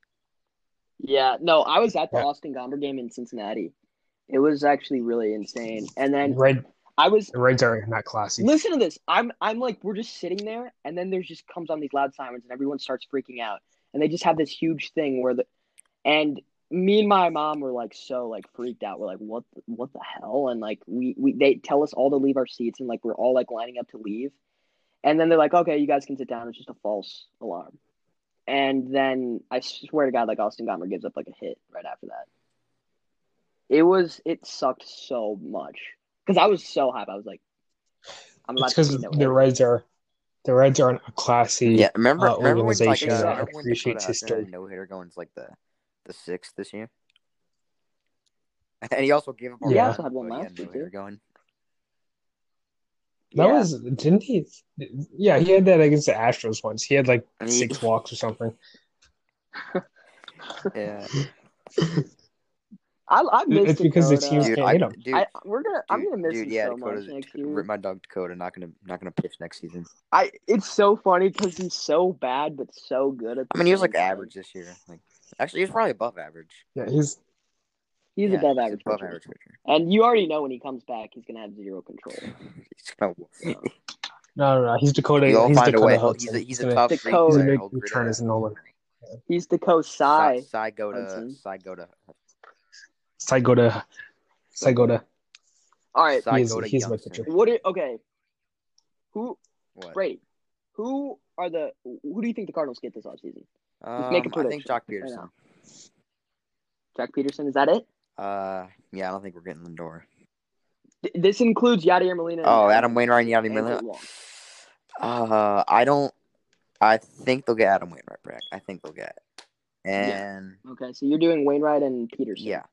[SPEAKER 1] yeah, no, I was at the
[SPEAKER 2] Yeah.
[SPEAKER 1] Austin Gomber game in Cincinnati. It was actually really insane. And then
[SPEAKER 2] Red
[SPEAKER 1] I was
[SPEAKER 2] the Reds are not classy.
[SPEAKER 1] listen to this. I'm I'm like we're just sitting there, and then there's just comes on these loud sirens, and everyone starts freaking out. And they just have this huge thing where the and me and my mom were like so like freaked out. We're like, what the- what the hell? And like we we they tell us all to leave our seats, and like we're all like lining up to leave. And then they're like, okay, you guys can sit down. It's just a false alarm. And then I swear to God, like Austin Gomer gives up like a hit right after that. It was it sucked so much because I was so hype. I was like, I'm about
[SPEAKER 2] It's
[SPEAKER 1] to
[SPEAKER 2] because
[SPEAKER 1] see
[SPEAKER 2] the Reds are the Reds aren't a classy.
[SPEAKER 3] Yeah, remember,
[SPEAKER 2] uh,
[SPEAKER 3] remember when like
[SPEAKER 2] organization
[SPEAKER 3] uh,
[SPEAKER 1] that
[SPEAKER 3] remember when
[SPEAKER 2] appreciates
[SPEAKER 3] Dakota Hudson had
[SPEAKER 2] history.
[SPEAKER 3] a no hitter going to like the the sixth this year, <laughs> and he also gave up.
[SPEAKER 2] He
[SPEAKER 3] run,
[SPEAKER 1] also had one
[SPEAKER 3] but he
[SPEAKER 1] last year,
[SPEAKER 3] no-hitter
[SPEAKER 1] too.
[SPEAKER 2] <laughs>
[SPEAKER 3] going.
[SPEAKER 2] That
[SPEAKER 1] Yeah.
[SPEAKER 2] was didn't he? Yeah, he had that against the Astros once. He had like
[SPEAKER 3] I mean- <laughs>
[SPEAKER 2] six walks or something.
[SPEAKER 3] Yeah,
[SPEAKER 2] <laughs>
[SPEAKER 1] I I miss
[SPEAKER 2] It's because the
[SPEAKER 1] Dakota.
[SPEAKER 2] teams-
[SPEAKER 3] dude,
[SPEAKER 2] can't
[SPEAKER 3] I,
[SPEAKER 2] hit him.
[SPEAKER 3] dude,
[SPEAKER 1] I, we're gonna I'm
[SPEAKER 3] dude,
[SPEAKER 1] gonna miss
[SPEAKER 3] dude,
[SPEAKER 1] him
[SPEAKER 3] yeah,
[SPEAKER 1] so
[SPEAKER 3] Dakota,
[SPEAKER 1] much next
[SPEAKER 3] Dakota-
[SPEAKER 1] year.
[SPEAKER 3] rip my dog Dakota. Not gonna, not gonna pitch next season.
[SPEAKER 1] I it's so funny because he's so bad but so good. At
[SPEAKER 3] I
[SPEAKER 1] the
[SPEAKER 3] mean, he was
[SPEAKER 1] same
[SPEAKER 3] like
[SPEAKER 1] time.
[SPEAKER 3] average this year. Like, actually, he was probably above average.
[SPEAKER 2] Yeah, he's
[SPEAKER 1] He's
[SPEAKER 3] Yeah,
[SPEAKER 1] above average.
[SPEAKER 3] Above
[SPEAKER 1] pitcher.
[SPEAKER 3] average pitcher.
[SPEAKER 1] And you already know when he comes back, he's gonna have zero control.
[SPEAKER 3] He's gonna,
[SPEAKER 1] So.
[SPEAKER 2] no, no, no he's Dakota.
[SPEAKER 3] he'll
[SPEAKER 2] He's
[SPEAKER 3] find a
[SPEAKER 2] Dakota
[SPEAKER 3] way. He'll-
[SPEAKER 2] Hudson.
[SPEAKER 3] He's a, he's a
[SPEAKER 2] gonna-
[SPEAKER 3] tough
[SPEAKER 1] Dakota.
[SPEAKER 3] street
[SPEAKER 1] He's
[SPEAKER 2] gonna
[SPEAKER 3] player.
[SPEAKER 2] make
[SPEAKER 3] He'll
[SPEAKER 2] the
[SPEAKER 3] grit
[SPEAKER 2] turn
[SPEAKER 3] it
[SPEAKER 2] as
[SPEAKER 3] out.
[SPEAKER 2] an Nolan.
[SPEAKER 1] He's the Kosai.
[SPEAKER 3] Sai go to
[SPEAKER 1] Hudson.
[SPEAKER 3] Sai go to
[SPEAKER 2] Saigoda, Saigoda.
[SPEAKER 1] All right.
[SPEAKER 3] Sai
[SPEAKER 2] He's-
[SPEAKER 3] go to
[SPEAKER 2] he's my
[SPEAKER 3] Youngster.
[SPEAKER 2] pitcher.
[SPEAKER 1] What? Are, okay. Who?
[SPEAKER 3] What?
[SPEAKER 1] Brady. Who are the? Who do you think the Cardinals get this offseason?
[SPEAKER 3] Um,
[SPEAKER 1] Make a
[SPEAKER 3] I
[SPEAKER 1] prediction
[SPEAKER 3] think Jock
[SPEAKER 1] right
[SPEAKER 3] Peterson.
[SPEAKER 1] Jack Peterson. Is that it?
[SPEAKER 3] Uh, yeah, I don't think we're getting Lindor.
[SPEAKER 1] Th- this includes Yadier Molina. and
[SPEAKER 3] Oh, Adam Wainwright and Yadi
[SPEAKER 1] And
[SPEAKER 3] Miller.
[SPEAKER 1] Kurt Wong.
[SPEAKER 3] Uh, I don't. I think they'll get Adam Wainwright back. I think they'll get. And
[SPEAKER 1] Okay, so you're doing Wainwright and Peterson.
[SPEAKER 3] yeah,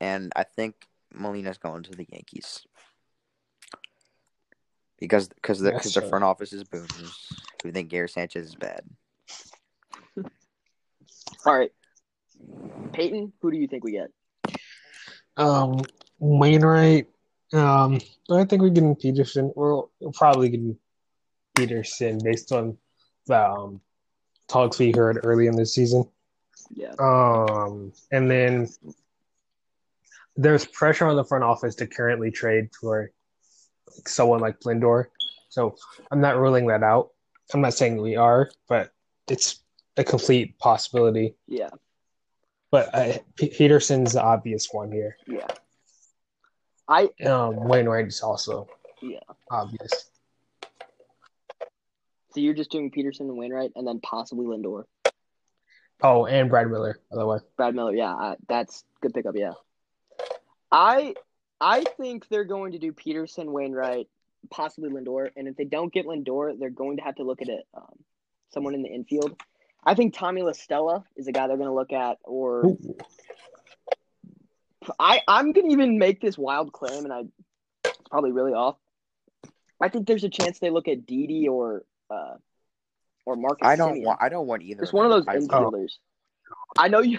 [SPEAKER 3] and I think Molina's going to the Yankees because because the,
[SPEAKER 2] Yes,
[SPEAKER 3] 'cause the
[SPEAKER 2] sir.
[SPEAKER 3] front office is boomers who think Gary Sanchez is bad.
[SPEAKER 1] All right. Peyton, who do you think we get?
[SPEAKER 2] Um, Wainwright. Um, I think we're getting Peterson. We're, we're probably getting Peterson based on the um, talks we heard early in the season.
[SPEAKER 1] Yeah.
[SPEAKER 2] Um, and then there's pressure on the front office to currently trade for like, someone like Lindor. So I'm not ruling that out. I'm not saying we are, but it's a complete possibility.
[SPEAKER 1] Yeah,
[SPEAKER 2] But uh, P- Peterson's the obvious one here.
[SPEAKER 1] yeah. I
[SPEAKER 2] Um, Wainwright's also Um,
[SPEAKER 1] Yeah.
[SPEAKER 2] obvious.
[SPEAKER 1] so you're just doing Peterson and Wainwright, and then possibly Lindor,
[SPEAKER 2] Oh, and Brad Miller, by the way.
[SPEAKER 1] Brad Miller. Yeah, I, that's good pickup. Yeah, I I think they're going to do Peterson, Wainwright, possibly Lindor, and if they don't get Lindor, they're going to have to look at it um, someone in the infield. I think Tommy LaStella is a guy they're going to look at, or
[SPEAKER 2] Ooh,
[SPEAKER 1] I, I'm gonna even make this wild claim, and I it's probably really off. I think there's a chance they look at Didi or uh, or Marcus.
[SPEAKER 3] I don't
[SPEAKER 1] Simeon.
[SPEAKER 3] want. I don't want either.
[SPEAKER 1] It's one of those
[SPEAKER 3] them. I,
[SPEAKER 2] Oh.
[SPEAKER 1] infielders. I know you,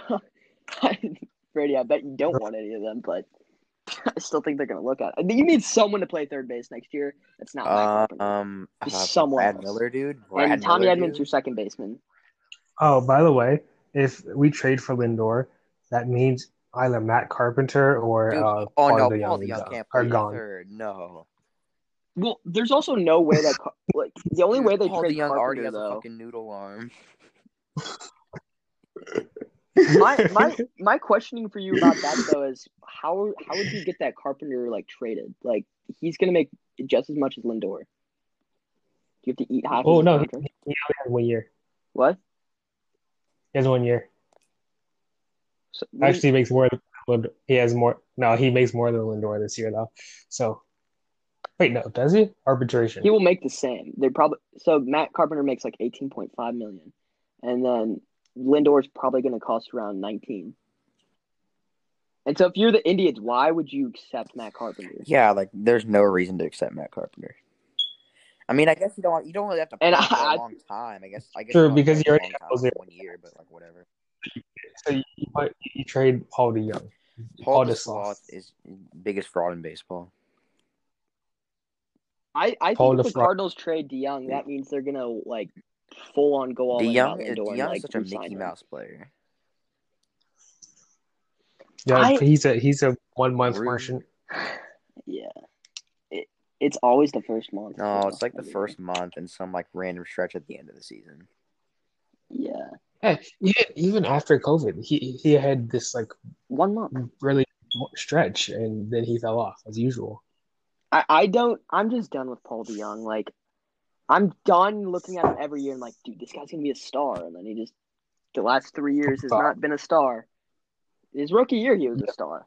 [SPEAKER 1] <laughs> Brady. I bet you don't want any of them, but <laughs> I still think they're gonna look at. It. You need someone to play third base next year. That's not Mike
[SPEAKER 3] uh,
[SPEAKER 1] Carpenter.
[SPEAKER 3] um,
[SPEAKER 1] Just
[SPEAKER 3] uh,
[SPEAKER 1] someone
[SPEAKER 3] Brad
[SPEAKER 1] else.
[SPEAKER 3] Miller, dude. Brad
[SPEAKER 1] and Tommy
[SPEAKER 3] Miller,
[SPEAKER 1] Edmonds, your
[SPEAKER 3] dude.
[SPEAKER 1] second baseman.
[SPEAKER 2] Oh, by the way, if we trade for Lindor, that means either Matt Carpenter or uh,
[SPEAKER 3] Dude, Oh
[SPEAKER 2] Paul
[SPEAKER 3] no,
[SPEAKER 2] DeYoung
[SPEAKER 3] Paul
[SPEAKER 2] is
[SPEAKER 3] DeYoung
[SPEAKER 2] go-
[SPEAKER 3] can't
[SPEAKER 2] are
[SPEAKER 3] play
[SPEAKER 2] gone.
[SPEAKER 3] third. No,
[SPEAKER 1] Well, there's also no way that Car- <laughs> like the only
[SPEAKER 3] Dude,
[SPEAKER 1] way they
[SPEAKER 3] Paul
[SPEAKER 1] trade
[SPEAKER 3] DeYoung already
[SPEAKER 1] Carpenter
[SPEAKER 3] has a
[SPEAKER 1] though.
[SPEAKER 3] fucking noodle arm.
[SPEAKER 1] <laughs>
[SPEAKER 2] <laughs>
[SPEAKER 1] my
[SPEAKER 3] <laughs>
[SPEAKER 1] my my questioning for you about that though is how how would you get that Carpenter like traded? Like he's gonna make just as much as Lindor. You have to eat half.
[SPEAKER 2] Oh,
[SPEAKER 1] his
[SPEAKER 2] no.
[SPEAKER 1] contract.
[SPEAKER 2] He only has one year.
[SPEAKER 1] What?
[SPEAKER 2] He has one year.
[SPEAKER 1] So,
[SPEAKER 2] Actually, he makes more. Than Lindor. He has more. No, he makes more than Lindor this year, though. So, wait, no, does he? Arbitration.
[SPEAKER 1] he will make the same. They probably so Matt Carpenter makes like eighteen point five million, and then Lindor's probably gonna cost around nineteen. And so, if you're the Indians, why would you accept Matt Carpenter?
[SPEAKER 3] Yeah, like there's no reason to accept Matt Carpenter. I mean, I guess you don't you don't really have to play
[SPEAKER 1] And
[SPEAKER 3] for
[SPEAKER 1] I-
[SPEAKER 3] a long time. I guess I guess
[SPEAKER 2] Sure,
[SPEAKER 3] you don't
[SPEAKER 2] because
[SPEAKER 3] play
[SPEAKER 2] you
[SPEAKER 3] for a
[SPEAKER 2] already
[SPEAKER 3] long
[SPEAKER 2] have
[SPEAKER 3] time,
[SPEAKER 2] those
[SPEAKER 3] like one year, but like whatever.
[SPEAKER 2] So you, you, put- you trade Paul DeYoung. Paul
[SPEAKER 3] Paul DeSloth
[SPEAKER 2] DeSloth.
[SPEAKER 3] is biggest fraud in baseball.
[SPEAKER 1] I, I
[SPEAKER 2] Paul
[SPEAKER 1] think if the
[SPEAKER 2] DeFro-
[SPEAKER 1] Cardinals trade DeYoung, that means they're gonna like full on go all in. about
[SPEAKER 3] DeYoung
[SPEAKER 1] Lindor
[SPEAKER 3] is
[SPEAKER 1] and,
[SPEAKER 3] DeYoung
[SPEAKER 1] like,
[SPEAKER 3] is such a
[SPEAKER 1] re-sign
[SPEAKER 3] Mickey
[SPEAKER 1] him.
[SPEAKER 3] Mouse player.
[SPEAKER 2] Yeah,
[SPEAKER 1] I-
[SPEAKER 2] he's a he's a one month
[SPEAKER 3] Rude.
[SPEAKER 2] merchant.
[SPEAKER 1] Yeah. It, it's always the first month.
[SPEAKER 3] No, it's like the first month and some like random stretch at the end of the season.
[SPEAKER 1] Yeah.
[SPEAKER 2] Hey, even, even after COVID, he he had this like
[SPEAKER 1] One month.
[SPEAKER 2] really stretch, and then he fell off as usual.
[SPEAKER 1] I, I don't I'm just done with Paul DeYoung. Like I'm done looking at him every year and like, dude, this guy's gonna be a star and then he just the last three years has not been a star. His rookie year he was a star.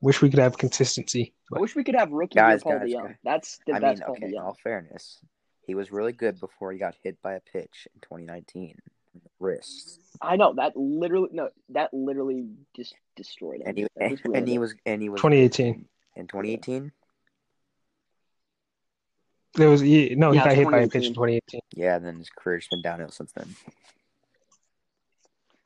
[SPEAKER 2] Wish we could have consistency.
[SPEAKER 1] I
[SPEAKER 2] But
[SPEAKER 1] wish we could have rookie
[SPEAKER 3] Guys,
[SPEAKER 1] year Paul
[SPEAKER 3] guys,
[SPEAKER 1] DeYoung.
[SPEAKER 3] guys.
[SPEAKER 1] That's the
[SPEAKER 3] I
[SPEAKER 1] best
[SPEAKER 3] mean,
[SPEAKER 1] Paul
[SPEAKER 3] okay, in
[SPEAKER 1] DeYoung.
[SPEAKER 3] all fairness, he was really good before he got hit by a pitch in 2019, in the wrist,
[SPEAKER 1] I know that literally no, that literally just destroyed him.
[SPEAKER 3] and he
[SPEAKER 1] That just
[SPEAKER 3] <laughs> and
[SPEAKER 1] ruined
[SPEAKER 3] he
[SPEAKER 1] it.
[SPEAKER 3] was and he was
[SPEAKER 2] 2018,
[SPEAKER 3] in 2018.
[SPEAKER 2] there was he, no,
[SPEAKER 1] Yeah,
[SPEAKER 2] he got hit by a
[SPEAKER 1] 2018.
[SPEAKER 2] pitch in 2018.
[SPEAKER 3] Yeah, then his career's been downhill since then.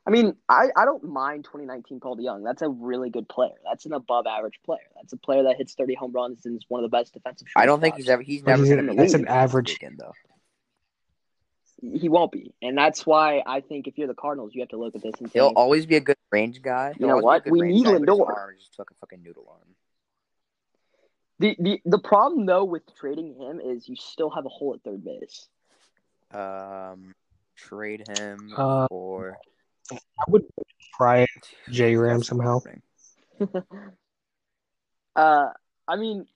[SPEAKER 1] I mean, I, I don't mind 2019 Paul DeYoung. That's a really good player. That's an above average player. That's a player that hits 30 home runs and is one of the best defensive.
[SPEAKER 3] I don't think
[SPEAKER 1] shortstops.
[SPEAKER 3] he's ever. He's
[SPEAKER 2] But
[SPEAKER 3] never.
[SPEAKER 2] he's
[SPEAKER 3] gonna
[SPEAKER 2] an-
[SPEAKER 3] be
[SPEAKER 2] that's an
[SPEAKER 3] like this
[SPEAKER 2] average-
[SPEAKER 3] Weekend, though.
[SPEAKER 1] he won't be, and that's why I think if you're the Cardinals, you have to look at this and say,
[SPEAKER 3] He'll always be a good range guy. He'll
[SPEAKER 1] know
[SPEAKER 3] always be a
[SPEAKER 1] what?
[SPEAKER 3] good
[SPEAKER 1] We
[SPEAKER 3] range
[SPEAKER 1] need
[SPEAKER 3] guy, but his
[SPEAKER 1] Lindor.
[SPEAKER 3] arm is Just like a fucking noodle arm.
[SPEAKER 1] the, the the problem though with trading him is you still have a hole at third base.
[SPEAKER 3] Um, trade him
[SPEAKER 2] Uh,
[SPEAKER 3] for
[SPEAKER 2] I would try J Ram somehow.
[SPEAKER 1] Uh, I mean,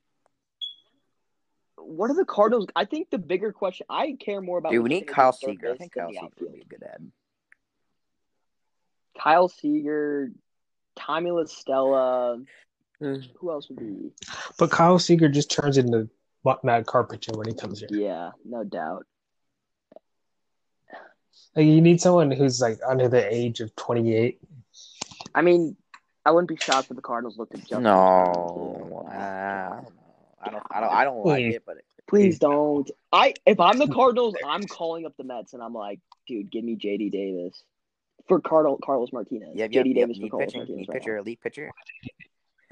[SPEAKER 1] what are the Cardinals? I think the bigger question I care more about.
[SPEAKER 3] Dude, we
[SPEAKER 1] what's
[SPEAKER 3] need
[SPEAKER 1] gonna be
[SPEAKER 3] Kyle
[SPEAKER 1] at third
[SPEAKER 3] Seager. I
[SPEAKER 1] base
[SPEAKER 3] think
[SPEAKER 1] than
[SPEAKER 3] Kyle
[SPEAKER 1] the
[SPEAKER 3] Seager would
[SPEAKER 1] outfield.
[SPEAKER 3] be a good ad.
[SPEAKER 1] Kyle Seager, Tommy LaStella. Who else would be?
[SPEAKER 2] But Kyle Seager just turns into Matt Carpenter when he comes here.
[SPEAKER 1] Yeah, no doubt.
[SPEAKER 2] Like, you need someone who's like under the age of 28.
[SPEAKER 1] I mean, I wouldn't be shocked if the Cardinals looked at Justin. Turner,
[SPEAKER 3] No,
[SPEAKER 1] too.
[SPEAKER 3] I don't know. I don't. I don't. I don't like it, but
[SPEAKER 1] Please don't. I if I'm
[SPEAKER 3] <laughs>
[SPEAKER 1] the Cardinals, I'm calling up the Mets and I'm like, dude, give me JD Davis for Cardinal Carlos Martinez.
[SPEAKER 3] yep, yep,
[SPEAKER 1] JD
[SPEAKER 3] yep.
[SPEAKER 1] Davis for
[SPEAKER 3] Need
[SPEAKER 1] Carlos
[SPEAKER 3] pitching.
[SPEAKER 1] Martinez.
[SPEAKER 3] Need
[SPEAKER 1] right
[SPEAKER 3] pitcher. Elite pitcher.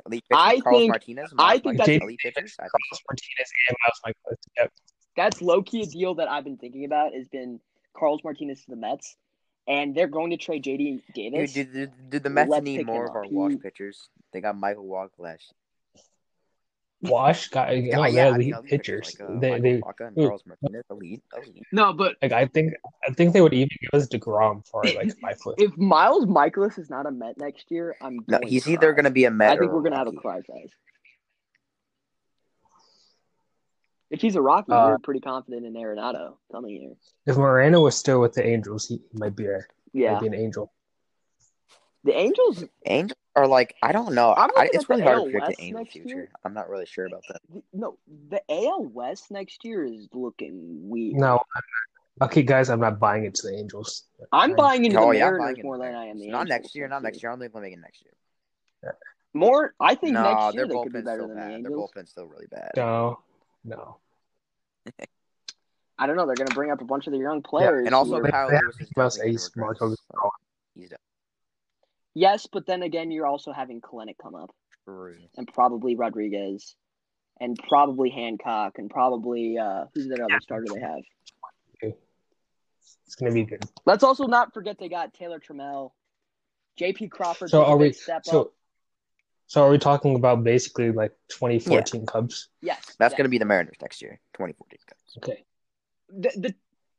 [SPEAKER 3] Elite pitcher.
[SPEAKER 1] I
[SPEAKER 3] Carlos
[SPEAKER 1] think-
[SPEAKER 3] Martinez.
[SPEAKER 1] I
[SPEAKER 3] Miles
[SPEAKER 1] think
[SPEAKER 3] Michaelis,
[SPEAKER 1] that's-
[SPEAKER 3] elite pitchers. I think so.
[SPEAKER 2] Carlos Martinez and Miles Michaelis. Yep.
[SPEAKER 1] now. That's low key a deal that I've been thinking about has been Carlos Martinez to the Mets. and they're going to trade JD Davis.
[SPEAKER 3] Dude, dude, dude, dude, the Mets
[SPEAKER 1] Let's
[SPEAKER 3] need
[SPEAKER 1] pick
[SPEAKER 3] more
[SPEAKER 1] him
[SPEAKER 3] of our
[SPEAKER 1] up.
[SPEAKER 3] wash
[SPEAKER 1] He-
[SPEAKER 3] pitchers. They got Michael Walk last.
[SPEAKER 2] Wash got
[SPEAKER 3] Oh, Yeah,
[SPEAKER 2] no,
[SPEAKER 3] yeah,
[SPEAKER 2] they're
[SPEAKER 3] I mean,
[SPEAKER 2] elite
[SPEAKER 3] elite
[SPEAKER 2] pitchers.
[SPEAKER 3] like, uh,
[SPEAKER 2] they,
[SPEAKER 3] Michael
[SPEAKER 2] they,
[SPEAKER 3] Wacha and
[SPEAKER 2] Ooh.
[SPEAKER 3] Charles Martinez, elite, elite.
[SPEAKER 1] no, but
[SPEAKER 2] like I think I think they would even give us Degrom for
[SPEAKER 1] <laughs>
[SPEAKER 2] like my foot.
[SPEAKER 1] if Miles Michaelis is not a Met next year, I'm
[SPEAKER 3] No,
[SPEAKER 1] going
[SPEAKER 3] he's
[SPEAKER 1] to
[SPEAKER 3] either
[SPEAKER 1] cry.
[SPEAKER 3] going to be a Met.
[SPEAKER 1] I think
[SPEAKER 3] or
[SPEAKER 1] we're gonna have a
[SPEAKER 3] Rocky.
[SPEAKER 1] cry fest. If he's a Rocky,
[SPEAKER 2] Uh,
[SPEAKER 1] we're pretty confident in Arenado coming here.
[SPEAKER 2] If Moreno was still with the Angels, he might be a
[SPEAKER 1] Yeah,
[SPEAKER 2] might be an Angel.
[SPEAKER 1] the Angels.
[SPEAKER 3] Angels are like I don't know.
[SPEAKER 1] I'm
[SPEAKER 3] I,
[SPEAKER 1] looking
[SPEAKER 3] it's
[SPEAKER 1] at the
[SPEAKER 3] really hard
[SPEAKER 1] AL
[SPEAKER 3] to predict
[SPEAKER 1] West
[SPEAKER 3] the Angels'
[SPEAKER 1] next year.
[SPEAKER 3] future. I'm not really sure about that.
[SPEAKER 1] No, the AL West next year is looking weird.
[SPEAKER 2] No, I'm not- okay, guys, I'm not buying into the Angels.
[SPEAKER 1] I'm buying into
[SPEAKER 3] oh
[SPEAKER 1] the
[SPEAKER 3] yeah, I'm
[SPEAKER 1] Mariners
[SPEAKER 3] buying
[SPEAKER 1] more
[SPEAKER 3] into
[SPEAKER 1] than
[SPEAKER 3] that.
[SPEAKER 1] I am the
[SPEAKER 3] Not
[SPEAKER 1] Angels
[SPEAKER 3] next year. Not next year. I don't think they'll make it next year.
[SPEAKER 1] More, I think
[SPEAKER 3] no,
[SPEAKER 1] next year
[SPEAKER 3] their
[SPEAKER 1] they could be
[SPEAKER 3] bullpen's
[SPEAKER 1] better
[SPEAKER 3] still
[SPEAKER 1] than the
[SPEAKER 3] bad. Their
[SPEAKER 1] Angels.
[SPEAKER 3] bullpen's still really bad.
[SPEAKER 2] No, no.
[SPEAKER 1] I don't know. They're going to bring up a bunch of their young
[SPEAKER 2] Yeah,
[SPEAKER 1] players.
[SPEAKER 3] And also,
[SPEAKER 1] who
[SPEAKER 2] they-
[SPEAKER 1] are-
[SPEAKER 3] Kyle
[SPEAKER 2] they have
[SPEAKER 3] Lewis is
[SPEAKER 2] Mickey Mouse
[SPEAKER 3] definitely gonna
[SPEAKER 2] ace,
[SPEAKER 3] regress.
[SPEAKER 2] Marco Gudrow.
[SPEAKER 3] He's
[SPEAKER 1] yes, but then again, you're also having Kalenic come up,
[SPEAKER 3] true.
[SPEAKER 1] and probably Rodriguez, and probably Hancock, and probably uh, who's that other starter they have.
[SPEAKER 2] It's gonna be good.
[SPEAKER 1] Let's also not forget they got Taylor Trammell, J.P. Crawford.
[SPEAKER 2] So
[SPEAKER 1] took a
[SPEAKER 2] are
[SPEAKER 1] big
[SPEAKER 2] we?
[SPEAKER 1] Step up.
[SPEAKER 2] So, so are we talking about basically like 2014 Cubs?
[SPEAKER 1] Yes, yes.
[SPEAKER 3] That's going to be the Mariners next year, 2014. Cubs.
[SPEAKER 2] Okay.
[SPEAKER 1] the, the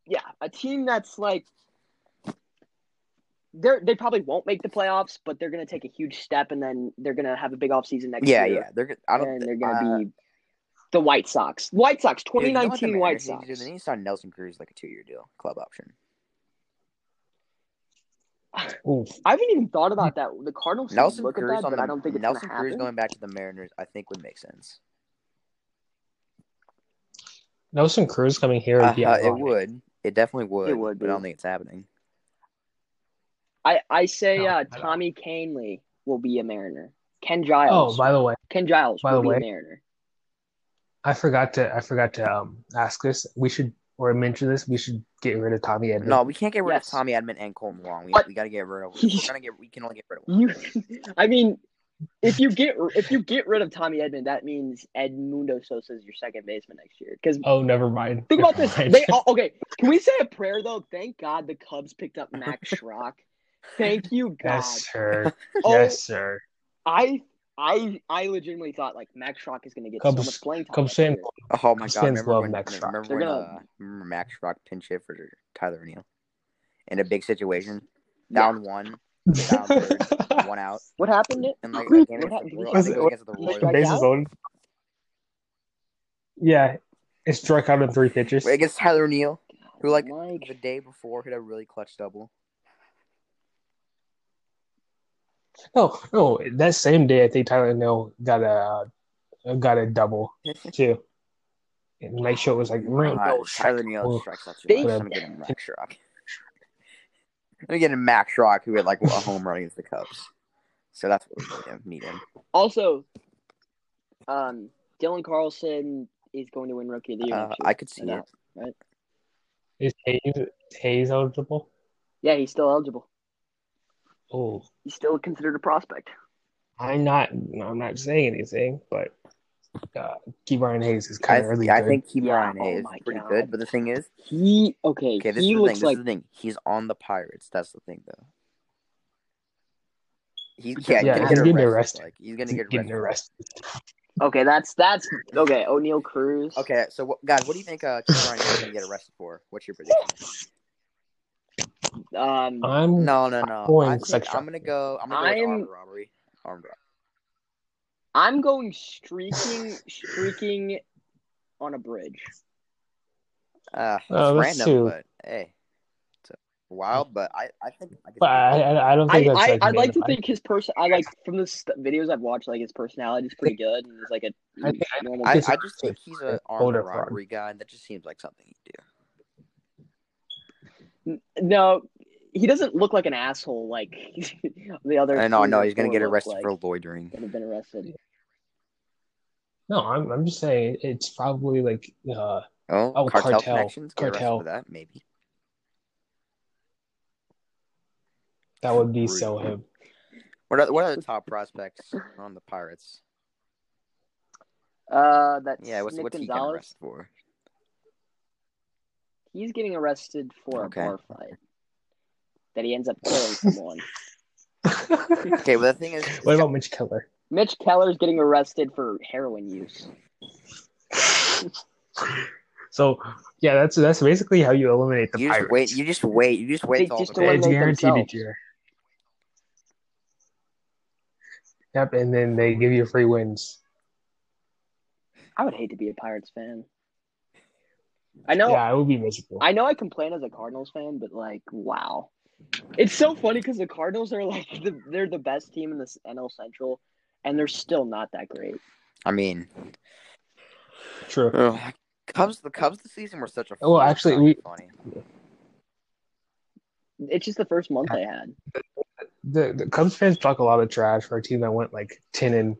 [SPEAKER 1] yeah a team that's like they are they probably won't make the playoffs, but they're going to take a huge step, and then they're going to have a big offseason next
[SPEAKER 3] Yeah,
[SPEAKER 1] year.
[SPEAKER 3] yeah. They're. go- I don't.
[SPEAKER 1] and
[SPEAKER 3] thi-
[SPEAKER 1] they're going to
[SPEAKER 3] uh,
[SPEAKER 1] be the White Sox. White Sox,
[SPEAKER 3] dude, you know what
[SPEAKER 1] 2019
[SPEAKER 3] the
[SPEAKER 1] White
[SPEAKER 3] Mariners
[SPEAKER 1] Sox.
[SPEAKER 3] Need to do? They need to sign Nelson Cruz like a two-year deal, club option.
[SPEAKER 2] Ooh,
[SPEAKER 1] I haven't even thought about that. The Cardinals should
[SPEAKER 3] Nelson
[SPEAKER 1] look at
[SPEAKER 3] Cruz
[SPEAKER 1] that,
[SPEAKER 3] on
[SPEAKER 1] but
[SPEAKER 3] the
[SPEAKER 1] I don't think it's
[SPEAKER 3] Nelson
[SPEAKER 1] gonna
[SPEAKER 3] Cruz
[SPEAKER 1] happen.
[SPEAKER 3] going back to the Mariners. I think would make sense.
[SPEAKER 2] Nelson Cruz coming here would be
[SPEAKER 3] Uh-huh, it
[SPEAKER 2] ironic.
[SPEAKER 3] would. It definitely would.
[SPEAKER 1] It would
[SPEAKER 3] But I don't
[SPEAKER 1] be.
[SPEAKER 3] think it's happening.
[SPEAKER 1] I I say
[SPEAKER 2] No, I
[SPEAKER 1] uh,
[SPEAKER 2] don't.
[SPEAKER 1] Tommy Canley will be a Mariner. Ken Giles.
[SPEAKER 2] Oh, by the way,
[SPEAKER 1] Ken Giles
[SPEAKER 2] by
[SPEAKER 1] will
[SPEAKER 2] the
[SPEAKER 1] be a
[SPEAKER 2] way.
[SPEAKER 1] Mariner.
[SPEAKER 2] I forgot to I forgot to um ask this. We should or mention this. We should get rid of Tommy Edmund.
[SPEAKER 3] No, we can't get rid
[SPEAKER 1] Yes.
[SPEAKER 3] of Tommy Edmond and Colton Wong. We,
[SPEAKER 1] What?
[SPEAKER 3] we got to get rid of.
[SPEAKER 1] <laughs>
[SPEAKER 3] We're gonna get. We can only get rid of. One.
[SPEAKER 1] You, <laughs> I mean, if you get if you get rid of Tommy Edmond, that means Edmundo Sosa is your second baseman next year. Because
[SPEAKER 2] Oh, never mind.
[SPEAKER 1] think
[SPEAKER 2] Never
[SPEAKER 1] about
[SPEAKER 2] <laughs>
[SPEAKER 1] this,
[SPEAKER 2] mind.
[SPEAKER 1] they all, okay. Can we say a prayer though? Thank God the Cubs picked up
[SPEAKER 2] <laughs>
[SPEAKER 1] Max Schrock. Thank you, God.
[SPEAKER 2] yes, sir.
[SPEAKER 1] <laughs> Oh,
[SPEAKER 2] Yes, sir.
[SPEAKER 1] I I I legitimately thought like Max Schrock is going to get so
[SPEAKER 2] Cubs-
[SPEAKER 1] much playing time.
[SPEAKER 2] Cubs
[SPEAKER 1] next
[SPEAKER 2] fan-
[SPEAKER 1] year.
[SPEAKER 3] Oh my god!
[SPEAKER 2] Fans
[SPEAKER 3] Remember
[SPEAKER 2] love
[SPEAKER 3] when,
[SPEAKER 2] Max Schrock.
[SPEAKER 3] remember
[SPEAKER 1] They're
[SPEAKER 3] when
[SPEAKER 1] gonna-
[SPEAKER 3] uh, remember Max Schrock pin shit for Tyler O'Neill in a big situation,
[SPEAKER 1] Yeah.
[SPEAKER 3] down one, down <laughs> third, one out,
[SPEAKER 1] What happened?
[SPEAKER 3] and like that game
[SPEAKER 1] What
[SPEAKER 3] against
[SPEAKER 1] happened?
[SPEAKER 3] the
[SPEAKER 1] Did he
[SPEAKER 3] Royals. I
[SPEAKER 1] strike out?
[SPEAKER 3] think it was against the
[SPEAKER 1] Did he
[SPEAKER 3] Royals.
[SPEAKER 1] strike
[SPEAKER 2] Bases
[SPEAKER 1] out?
[SPEAKER 2] loaded. Yeah, it struck out in three pitches.
[SPEAKER 3] Wait, Against Tyler O'Neill, who like the
[SPEAKER 1] Mike,
[SPEAKER 3] day before hit a really clutch double.
[SPEAKER 2] No, no. Oh, That same day, I think Tyler O'Neill got a got a double too. And Mike Show was like, "Man, no,
[SPEAKER 3] Uh, Tyler
[SPEAKER 2] strike."
[SPEAKER 3] O'Neill
[SPEAKER 2] Well,
[SPEAKER 3] strikes out too
[SPEAKER 1] They-
[SPEAKER 3] much. I'm getting him Max Schrock. I'm getting Max Schrock, who had like a home run against the Cubs. So that's what we need him. Need him.
[SPEAKER 1] also, um, Dylan Carlson is going to win Rookie of the Year.
[SPEAKER 3] Uh,
[SPEAKER 1] next year.
[SPEAKER 3] I could see
[SPEAKER 1] Or not.
[SPEAKER 3] it.
[SPEAKER 2] Is Hayes Hayes eligible?
[SPEAKER 1] Yeah, he's still eligible.
[SPEAKER 2] Oh,
[SPEAKER 1] He's still considered a prospect.
[SPEAKER 2] I'm not. I'm not saying anything, but uh, Key Brian Hayes is
[SPEAKER 3] I,
[SPEAKER 2] kind of really
[SPEAKER 3] I
[SPEAKER 2] good.
[SPEAKER 3] think Key
[SPEAKER 1] Yeah,
[SPEAKER 3] Brian
[SPEAKER 1] oh
[SPEAKER 3] is
[SPEAKER 1] my
[SPEAKER 3] pretty
[SPEAKER 1] God.
[SPEAKER 3] good, but the thing is,
[SPEAKER 1] He okay.
[SPEAKER 3] okay, this
[SPEAKER 1] he
[SPEAKER 3] is the thing.
[SPEAKER 1] looks
[SPEAKER 3] This
[SPEAKER 1] like
[SPEAKER 3] is the thing. He's on the Pirates. That's the thing, though. He's yeah,
[SPEAKER 2] Yeah,
[SPEAKER 3] he's
[SPEAKER 2] he's
[SPEAKER 3] gonna get
[SPEAKER 2] getting
[SPEAKER 3] arrested.
[SPEAKER 2] arrested.
[SPEAKER 3] Like he's gonna get
[SPEAKER 2] getting
[SPEAKER 3] arrested.
[SPEAKER 2] arrested.
[SPEAKER 1] okay. That's that's okay. O'Neill Cruz.
[SPEAKER 3] Okay, so what, guys, what do you think uh, Key Brian is gonna get arrested for? What's your prediction?
[SPEAKER 1] Um,
[SPEAKER 2] I'm
[SPEAKER 3] No, no, no.
[SPEAKER 2] Going
[SPEAKER 3] I think
[SPEAKER 2] sex
[SPEAKER 3] I'm gonna go. I'm gonna go
[SPEAKER 1] I'm-
[SPEAKER 3] with armed robbery. Armed robbery.
[SPEAKER 1] I'm going streaking, streaking on a bridge.
[SPEAKER 3] Uh, it's
[SPEAKER 2] Oh, that's
[SPEAKER 3] random,
[SPEAKER 2] too-
[SPEAKER 3] but hey, it's uh, wild. But I, I think I could
[SPEAKER 2] But I, I, I don't
[SPEAKER 1] I,
[SPEAKER 2] think
[SPEAKER 1] I
[SPEAKER 2] that's like.
[SPEAKER 1] I like to
[SPEAKER 2] random.
[SPEAKER 1] think his person. I like from the st- videos I've watched, like his personality is pretty good, and he's like a
[SPEAKER 2] I think-
[SPEAKER 1] normal.
[SPEAKER 3] I, I
[SPEAKER 2] Just-
[SPEAKER 3] just think he's a armed
[SPEAKER 2] Older fraud.
[SPEAKER 3] robbery guy. That just seems like something he'd do.
[SPEAKER 1] no, he doesn't look like an asshole like <laughs> the other.
[SPEAKER 3] I know, I
[SPEAKER 1] three
[SPEAKER 3] know.
[SPEAKER 1] or
[SPEAKER 3] He's gonna
[SPEAKER 1] four
[SPEAKER 3] get
[SPEAKER 1] look
[SPEAKER 3] arrested
[SPEAKER 1] like
[SPEAKER 3] for loitering.
[SPEAKER 1] that have been arrested.
[SPEAKER 2] No, I'm, I'm just saying it's probably like uh,
[SPEAKER 3] Oh,
[SPEAKER 2] Oh,
[SPEAKER 3] cartel,
[SPEAKER 2] cartel.
[SPEAKER 3] connections. Get arrested
[SPEAKER 2] Cartel.
[SPEAKER 3] for that, maybe.
[SPEAKER 2] that would be so him.
[SPEAKER 3] What are, what are the top
[SPEAKER 1] <laughs>
[SPEAKER 3] prospects on the Pirates?
[SPEAKER 1] Uh, that's
[SPEAKER 3] Yeah, what's
[SPEAKER 1] Nick
[SPEAKER 3] what's he getting
[SPEAKER 1] Gonzalez.
[SPEAKER 3] arrested for?
[SPEAKER 1] He's getting arrested for
[SPEAKER 3] Okay.
[SPEAKER 1] a bar fight. that he ends up
[SPEAKER 3] <laughs>
[SPEAKER 1] killing someone.
[SPEAKER 2] <laughs>
[SPEAKER 3] Okay, well the thing is,
[SPEAKER 2] what about Mitch Keller?
[SPEAKER 1] Mitch Keller's getting arrested for heroin use.
[SPEAKER 2] So yeah, that's that's basically how you eliminate the
[SPEAKER 3] you
[SPEAKER 2] pirates.
[SPEAKER 3] just wait. You just wait. You just wait.
[SPEAKER 1] They
[SPEAKER 3] till all
[SPEAKER 1] just
[SPEAKER 3] the
[SPEAKER 1] don't-
[SPEAKER 2] it's
[SPEAKER 1] eliminate
[SPEAKER 2] guaranteed
[SPEAKER 1] themselves.
[SPEAKER 2] each year. Yep, and then they give you free wins.
[SPEAKER 1] I would hate to be a Pirates fan. I know
[SPEAKER 2] Yeah, it would be miserable.
[SPEAKER 1] I know I complain as a Cardinals fan, but like, wow, it's so funny because the Cardinals are like the, they're the best team in this NL Central, and they're still not that great.
[SPEAKER 3] I mean,
[SPEAKER 2] True.
[SPEAKER 3] ugh, Cubs. The Cubs this season were such a.
[SPEAKER 2] Well,
[SPEAKER 3] fluke, it's
[SPEAKER 2] actually,
[SPEAKER 3] not
[SPEAKER 2] we-
[SPEAKER 3] even funny.
[SPEAKER 1] It's just the first month they had.
[SPEAKER 2] The the Cubs fans talk a lot of trash for a team that went like ten and